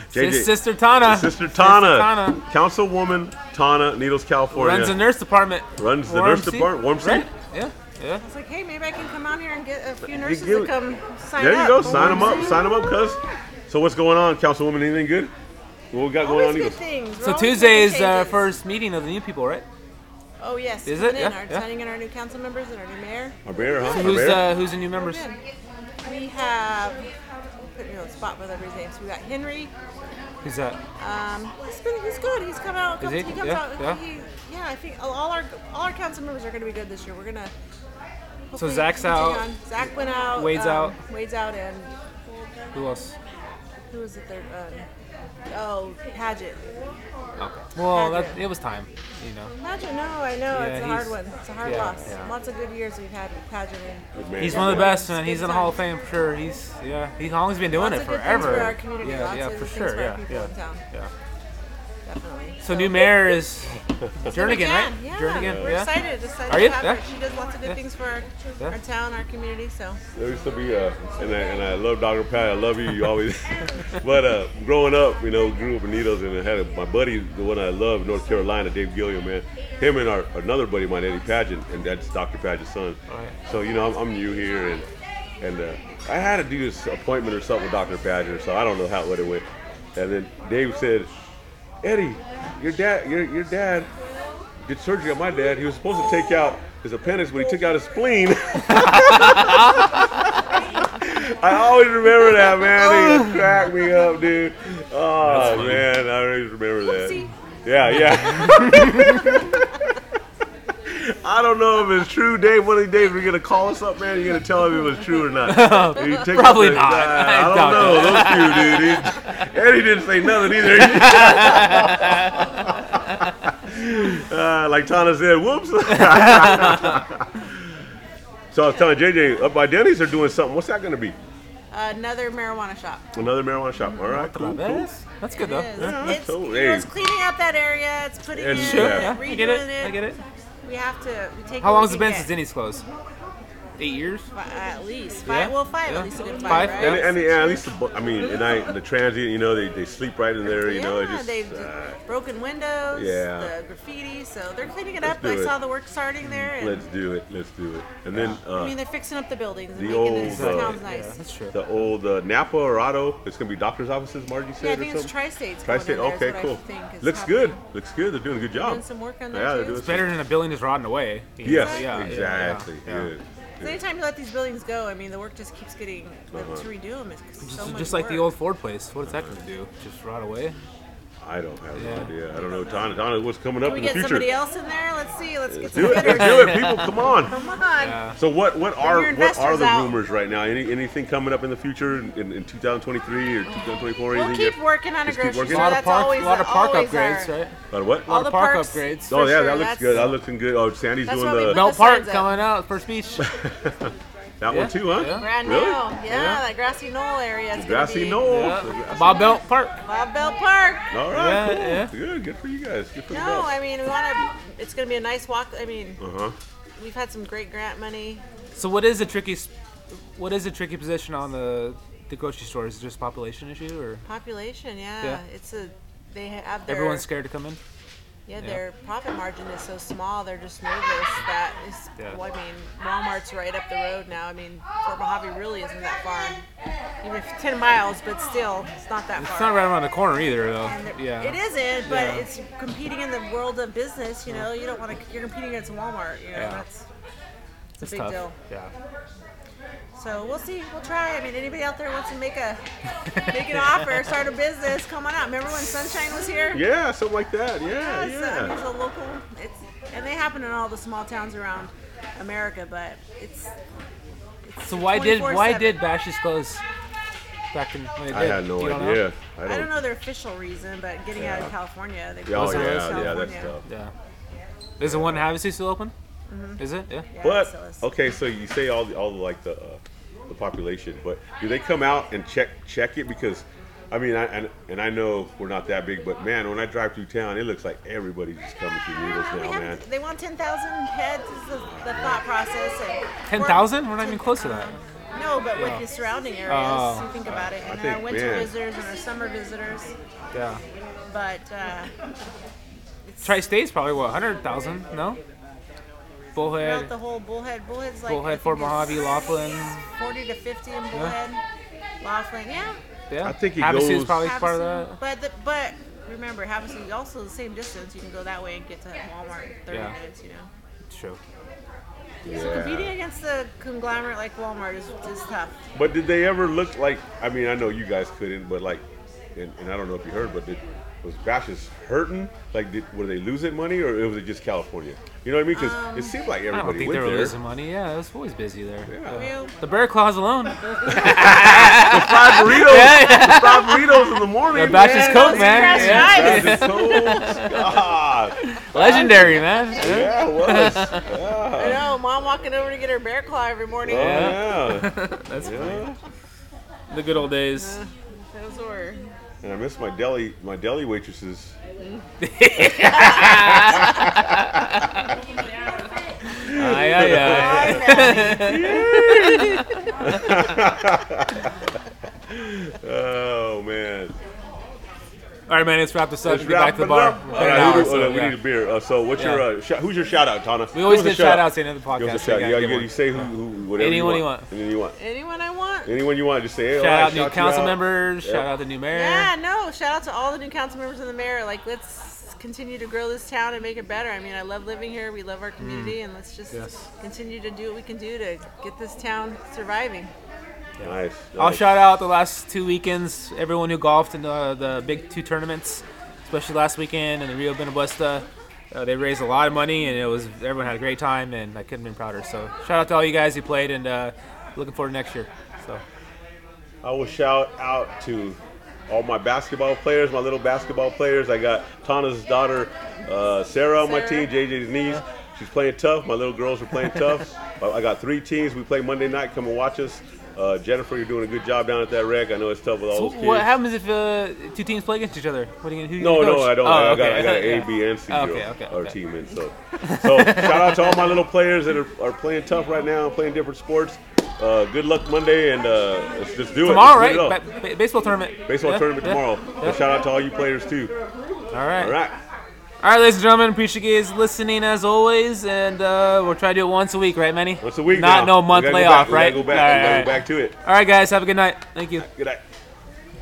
A: Sis-
B: JJ,
A: Sister Tana.
B: Sister Tana,
A: Tana.
B: Councilwoman Tana, Needles, California.
A: Runs the nurse department.
B: Runs the
A: Warm
B: nurse
A: seat.
B: depart- warm seat?
A: Right? Yeah. Yeah.
G: It's like, hey, maybe I can come out here and get a few nurses
B: give-
G: to come sign
B: There
G: up.
B: you go. Sign them up. Sign them up, cuz. So what's going on, Councilwoman? Anything good? What we got going on,
G: Always good
B: Eagles?
G: things. We're
A: So
G: always
A: Tuesday is
G: making
A: uh,
G: changes.
A: first meeting of the new people, right?
G: Oh yes.
A: Is
G: coming
A: it?
G: In,
A: Yeah,
G: our,
A: yeah.
G: Signing in our new council members and our new mayor.
B: Our bear, huh? Our
A: Who's
B: bear?
A: uh, who's the new members?
G: Good. We have. Put you on the spot with everybody's names. We got Henry.
A: Who's that?
G: Um, he's been. He's good. He's come out.
A: Is
G: comes-
A: he?
G: comes
A: Yeah,
G: out.
A: yeah.
G: He, yeah. I think all all our all our council members are going to be good this year. We're gonna. hopefully
A: Zach's
G: continue
A: out.
G: on. Zach went out.
A: Wade's
G: um,
A: out.
G: Wade's out, and
A: Who else?
G: who was the third? Um, oh, Paget.
A: Okay. Well, that,
G: Patrick.
A: it was time, you know.
G: Pageant, no, I know
A: Yeah,
G: it's a
A: he's-
G: hard one. It's a hard
A: yeah,
G: loss.
A: yeah.
G: Lots of good years we've had with Pageant. And
B: Good man.
A: He's one of the best, man. He's in the Hall of Fame for sure. He's yeah. He, how long has he been doing
G: Lots
A: it
G: of good things
A: forever?
G: for our community,
A: Yeah,
G: lots
A: yeah,
G: of
A: for
G: things
A: sure.
G: for our
A: yeah,
G: people
A: yeah,
G: in town.
A: yeah.
G: definitely.
A: So new mayor
B: *laughs*
A: is Jernigan, right?
G: Yeah,
A: Jernigan.
G: we're
A: yeah.
G: excited. excited
A: Are you?
G: to have her.
A: Yeah.
G: She does lots of good
A: Yeah.
G: things for our,
A: Yeah.
G: our town, our community. So
B: There used to be, uh, and I, and I love Dr. Pat. I love you. You always. *laughs* but uh, growing up, you know, grew up in Needles, and I had a, my buddy, the one I love, in North Carolina, Dave Gilliam, man. Him and our another buddy of mine, Eddie Pageant, and that's Dr. Pageant's son.
A: Right.
B: So you know, I'm, I'm new here, and and uh, I had to do this appointment or something with Dr. Pageant, so I don't know how what it went. And then Dave said, Eddie, your dad, your your dad did surgery on my *laughs* dad. He was supposed to take out his appendix, but he took out his spleen. I always remember that, man. They cracked me up, dude. Oh, man. I always remember that.
G: Whoopsie.
B: Yeah, yeah. *laughs* I don't know if it's true, Dave. One of these days, we're going to call us up, man. You're going to tell him it was true or
A: *laughs*
B: not. You take a
A: Probably
B: break.
A: not.
B: Nah,
A: I
B: I,
A: doubt
B: don't
A: *laughs*
B: know. Those two, dude. He- and he didn't say nothing
A: *laughs*
B: either. *laughs* uh, like Tana said, whoops. *laughs* so I was telling JJ, up by Denny's, they're doing something. What's that going to be?
G: uh, Another marijuana shop.
B: Another marijuana shop. All right, cool, cool.
A: That's, that's good
G: It
A: though.
G: is.
A: Oh, Yeah.
G: It's,
B: so,
G: you
B: hey.
G: know, it's cleaning up that area. It's putting
B: And
G: in.
B: Sure,
A: yeah.
G: Redoing
A: I get it,
G: it.
A: I get it.
G: We have to. We take
A: How
G: what
A: long
G: we
A: has it
G: can
A: been since
G: get.
A: Denny's closed? Eight years.
G: Fi- At least five.
A: Yeah,
G: Well, five.
A: yeah.
G: At least a good
A: Five,
G: five. right?
B: And, and, the- and at least, the, bu- I mean, and I, the transient, you know, they, they sleep right in there, you know. It
G: Yeah,
B: just,
G: they've
B: uh,
G: broken windows,
B: yeah.
G: the graffiti, so they're cleaning it
B: Let's
G: up.
B: do
G: I
B: it.
G: saw the work starting there, and
B: let's do it. Let's do it. And then
G: I
B: uh,
G: mean they're fixing up the buildings and
B: the
G: making
B: old,
G: this
B: uh,
G: towns
A: Yeah,
G: nice.
A: that's true.
B: the old uh, Napa or Otto, it's going to be doctor's offices, Margie said,
G: Yeah, I
B: or
G: think
B: something?
G: it's Tri-State's. going
B: Tri-State,
G: in there is
B: okay,
G: what I
B: cool.
G: think is
B: Looks
G: happening.
B: good. Looks good. They're doing a good job.
G: doing some work on that,
B: Yeah, they're
G: too.
B: doing
G: It's
B: some-
A: Better than a building that's rotting away. you know,
B: Yes,
A: yeah, yeah, yeah,
B: exactly.
A: yeah.
B: yeah.
G: 'Cause Anytime you let these buildings go, I mean the work just keeps getting
B: Uh-huh.
G: to redo them. It's so
A: Just,
G: much
A: just like the
G: work.
A: old Ford place. What is that going to do? Just rot away?
B: I don't have
A: Yeah.
B: no idea. I don't know, Donna. Donna, what's coming up
G: Can we
B: in the
G: get
B: future?
G: somebody else in there? Let's see. Let's get some
B: Do it.
G: bidders.
B: Let's do it, people. Come on.
G: Come on.
B: So what what are
G: your
B: what are the
G: investors out.
B: rumors right now? Any anything coming up in the future in, in, in 2023 or 2024?
G: We'll
B: anything
G: keep
B: that-
G: working on a
B: Just keep
G: grocery
B: working.
G: store.
B: A lot of
G: That's
A: park,
G: always
A: lot of park
G: always
A: upgrades,
G: our,
A: right?
B: Uh, what?
A: lot
G: All
A: of
G: the
A: park
G: parks,
A: upgrades.
G: for
B: oh yeah,
G: sure.
B: that looks
G: That's-
B: good. That looks good. Oh, Sandy's
G: That's
B: doing
G: what we
B: the
G: put-
A: Mel
G: the
A: Park
G: signs up.
A: coming out, First
G: *laughs*
A: Beach.
B: that
A: Yeah,
B: one too, huh?
A: yeah.
G: Right
B: really?
G: now, yeah,
A: Yeah.
G: that grassy knoll area is gonna
B: Grassy
G: be
B: Knoll.
A: Yeah.
B: The grassy-
A: Bob Belt Park.
G: Bob Bell Park.
B: All right,
A: Yeah,
B: cool.
A: yeah.
B: Good, good for you guys. Good for
G: No,
B: you
G: I mean we want to. It's gonna be a nice walk. I mean,
B: guys. Uh huh.
G: we've had some great grant money.
A: So what is the tricky? s- What is the tricky position on the the grocery store? Is it just a population issue, or
G: Population, yeah,
A: Yeah.
G: it's a. They have their.
A: everyone's scared to come in?
G: Yeah,
A: yeah.
G: their profit margin is so small. They're just nervous that. It's,
A: Yeah.
G: well, I mean, Walmart's right up the road now. I mean, Fort Mojave really isn't that far, even if it's ten miles, but still, it's not that
A: It's
G: far.
A: not right around the corner either,
G: And
A: though.
G: there-
A: Yeah,
G: It isn't, but
A: Yeah.
G: it's competing in the world of business. You know, you don't want to. You're competing against Walmart. You know,
A: Yeah.
G: that's it's a
A: It's
G: big
A: tough.
G: deal.
A: Yeah,
G: So we'll see. We'll try. I mean, anybody out there wants to make
A: *laughs*
G: a make an offer, start a business, come on out. Remember when Sunshine was here?
B: Yeah, something like that. Yeah,
G: Yes, I mean,
B: yeah.
G: it's a local. It's and they happen in all the small towns around America, but it's. it's
A: So why did why
G: 24/7.
A: did Bash's close back in when it did?
B: I had
A: You
B: no
A: don't know?
B: idea.
G: I don't know their official reason, but getting out
B: Yeah.
G: of California, they
B: Yeah, Oh
G: closed out of
B: yeah, yeah,
G: California.
B: that's tough.
A: Yeah. Is the one in Havasu still open? Is it? Yeah.
G: Mm-hmm. Yeah,
B: But
G: so it's-
B: okay, so you say all the, all the, like the uh, the population, but do they come out and check check it? Because I mean, I and, and I know we're not that big, but man, when I drive through town, it looks like everybody's just coming through Needles
G: Ah, We
B: now,
G: have-
B: man.
G: They want 10,000 heads is the, the thought process. and
A: Ten
G: we're- Uh,
A: thousand? We're not even close to that.
G: No, but with the surrounding areas,
A: Oh.
G: you think about it. And
B: I
G: then our
B: think,
G: winter
B: man.
G: visitors and our summer visitors.
A: Yeah.
G: But uh,
A: Tri-State's probably what hundred thousand? No.
G: throughout
A: Bullhead,
G: the whole Bullhead, Bullhead's like I
A: Bullhead,
G: think
A: Fort
G: it's
A: Mojave, Laughlin.
G: 40 to 50 in Bullhead, Laughlin, yeah.
A: Yeah.
B: I think he
A: Havasu is
B: goes-
A: probably part of that.
G: Havasu. But the, but remember, Havasu is also the same distance. You can go that way and get to Walmart in 30
A: Yeah.
G: minutes, you know.
A: True.
G: So competing
B: Yeah.
G: against the conglomerate like Walmart is, is tough.
B: But did they ever look like? I mean, I know you guys couldn't, but like, and, and I don't know if you heard, but did, was Bash's hurting? Like, did, were they losing money, or was it just California? You know what I mean? Because
G: Um,
B: it seemed like
A: I don't
B: everybody
A: think they
B: went
A: were
B: there.
A: losing money. Yeah, it was always busy there.
B: Yeah.
G: Well,
A: The Bear Claws
G: *laughs*
A: alone.
B: fried burritos,
A: *laughs*
B: the fried burritos in the morning.
A: The Bash's
B: man.
A: Coke, man.
G: That's
A: Yeah.
G: right.
B: Bash's Coke. God.
A: Legendary,
G: *laughs*
A: man.
B: Yeah, it was. Yeah.
G: I know, mom walking over to get her bear claw every morning.
B: Oh, yeah.
A: *laughs* That's
B: yeah.
A: the good old
G: *laughs*
A: days. *laughs*
G: Those were.
B: And I miss my deli, my deli waitresses.
A: Aye, aye, aye.
B: Oh man.
A: All right, man, let's wrap this up.
B: Let's
A: Get back
B: wrap
A: to the
B: it
A: bar.
B: up.
A: Been
B: All
A: an
B: right,
A: hour,
B: who do-
A: so,
B: oh, no, we
A: yeah.
B: need a beer. Uh, so, what's
A: Yeah.
B: your uh, shout, who's your shout out, Tana?
A: We always
B: Give
A: get
B: us a shout-out.
A: shout outs in other
B: Give
A: podcasts.
B: us a
A: so
B: shout.
A: we gotta
B: You, gotta-
A: give
B: you
A: one.
B: say who, who whatever
A: Anyone you
B: you
A: want.
B: want. Anyone you want.
G: Anyone I want.
B: Anyone you want. Just say. Hey, oh,
A: Shout
B: I
A: out new
B: shout you
A: council members. Shout out the new mayor.
G: Yeah, no, shout out to all the new council members and the mayor. Like, let's continue to grow this town and make it better. I mean, I love living here. We love our community, and let's just
A: Mm. Yes.
G: continue to do what we can do to get this town surviving.
B: Nice.
A: I'll
B: nice.
A: shout out the last two weekends, everyone who golfed in the, the big two tournaments, especially last weekend in the Rio Benabuesta. Uh, they raised a lot of money, and it was everyone had a great time, and I couldn't have been prouder. So shout out to all you guys who played, and uh, looking forward to next year. So
B: I will shout out to all my basketball players, my little basketball players. I got Tana's daughter, uh, Sarah, on my team,
G: Sarah.
B: JJ's niece. She's playing tough. My little girls are
A: *laughs*
B: playing tough. I I got three teams. We play Monday night. Come and watch us. Uh, Jennifer, you're doing a good job down at that rec. I know it's tough with all
A: So
B: those kids.
A: what happens if uh, two teams play against each other? What are you gonna, who you
B: No,
A: gonna
B: no,
A: coach?
B: I don't.
A: Oh,
B: I,
A: okay.
B: got, I got an
A: Yeah.
B: A, B, and C
A: Oh,
B: girl,
A: okay, okay,
B: our
A: okay.
B: team in.
A: *laughs*
B: So, so shout out to all my little players that are, are playing tough right now, playing different sports. Uh, good luck Monday, and uh, let's just do
A: Tomorrow,
B: it. Let's do it
A: right?
B: up.
A: Ba- ba- baseball tournament.
B: Baseball
A: Yeah,
B: tournament
A: yeah,
B: tomorrow.
A: yeah.
B: So shout out to all you players too.
A: All right.
B: All right.
A: All right, ladies and gentlemen, appreciate you guys listening as always, and uh, we'll try to do it once a week, right, Manny?
B: Once a week.
A: Not no
B: now.
A: month
B: We gotta go
A: layoff,
B: back.
A: right?
B: We gotta go
A: All
B: back.
A: right, all
B: We gotta
A: right.
B: go back to it.
A: All right, guys, have a good night. Thank you.
B: Good night.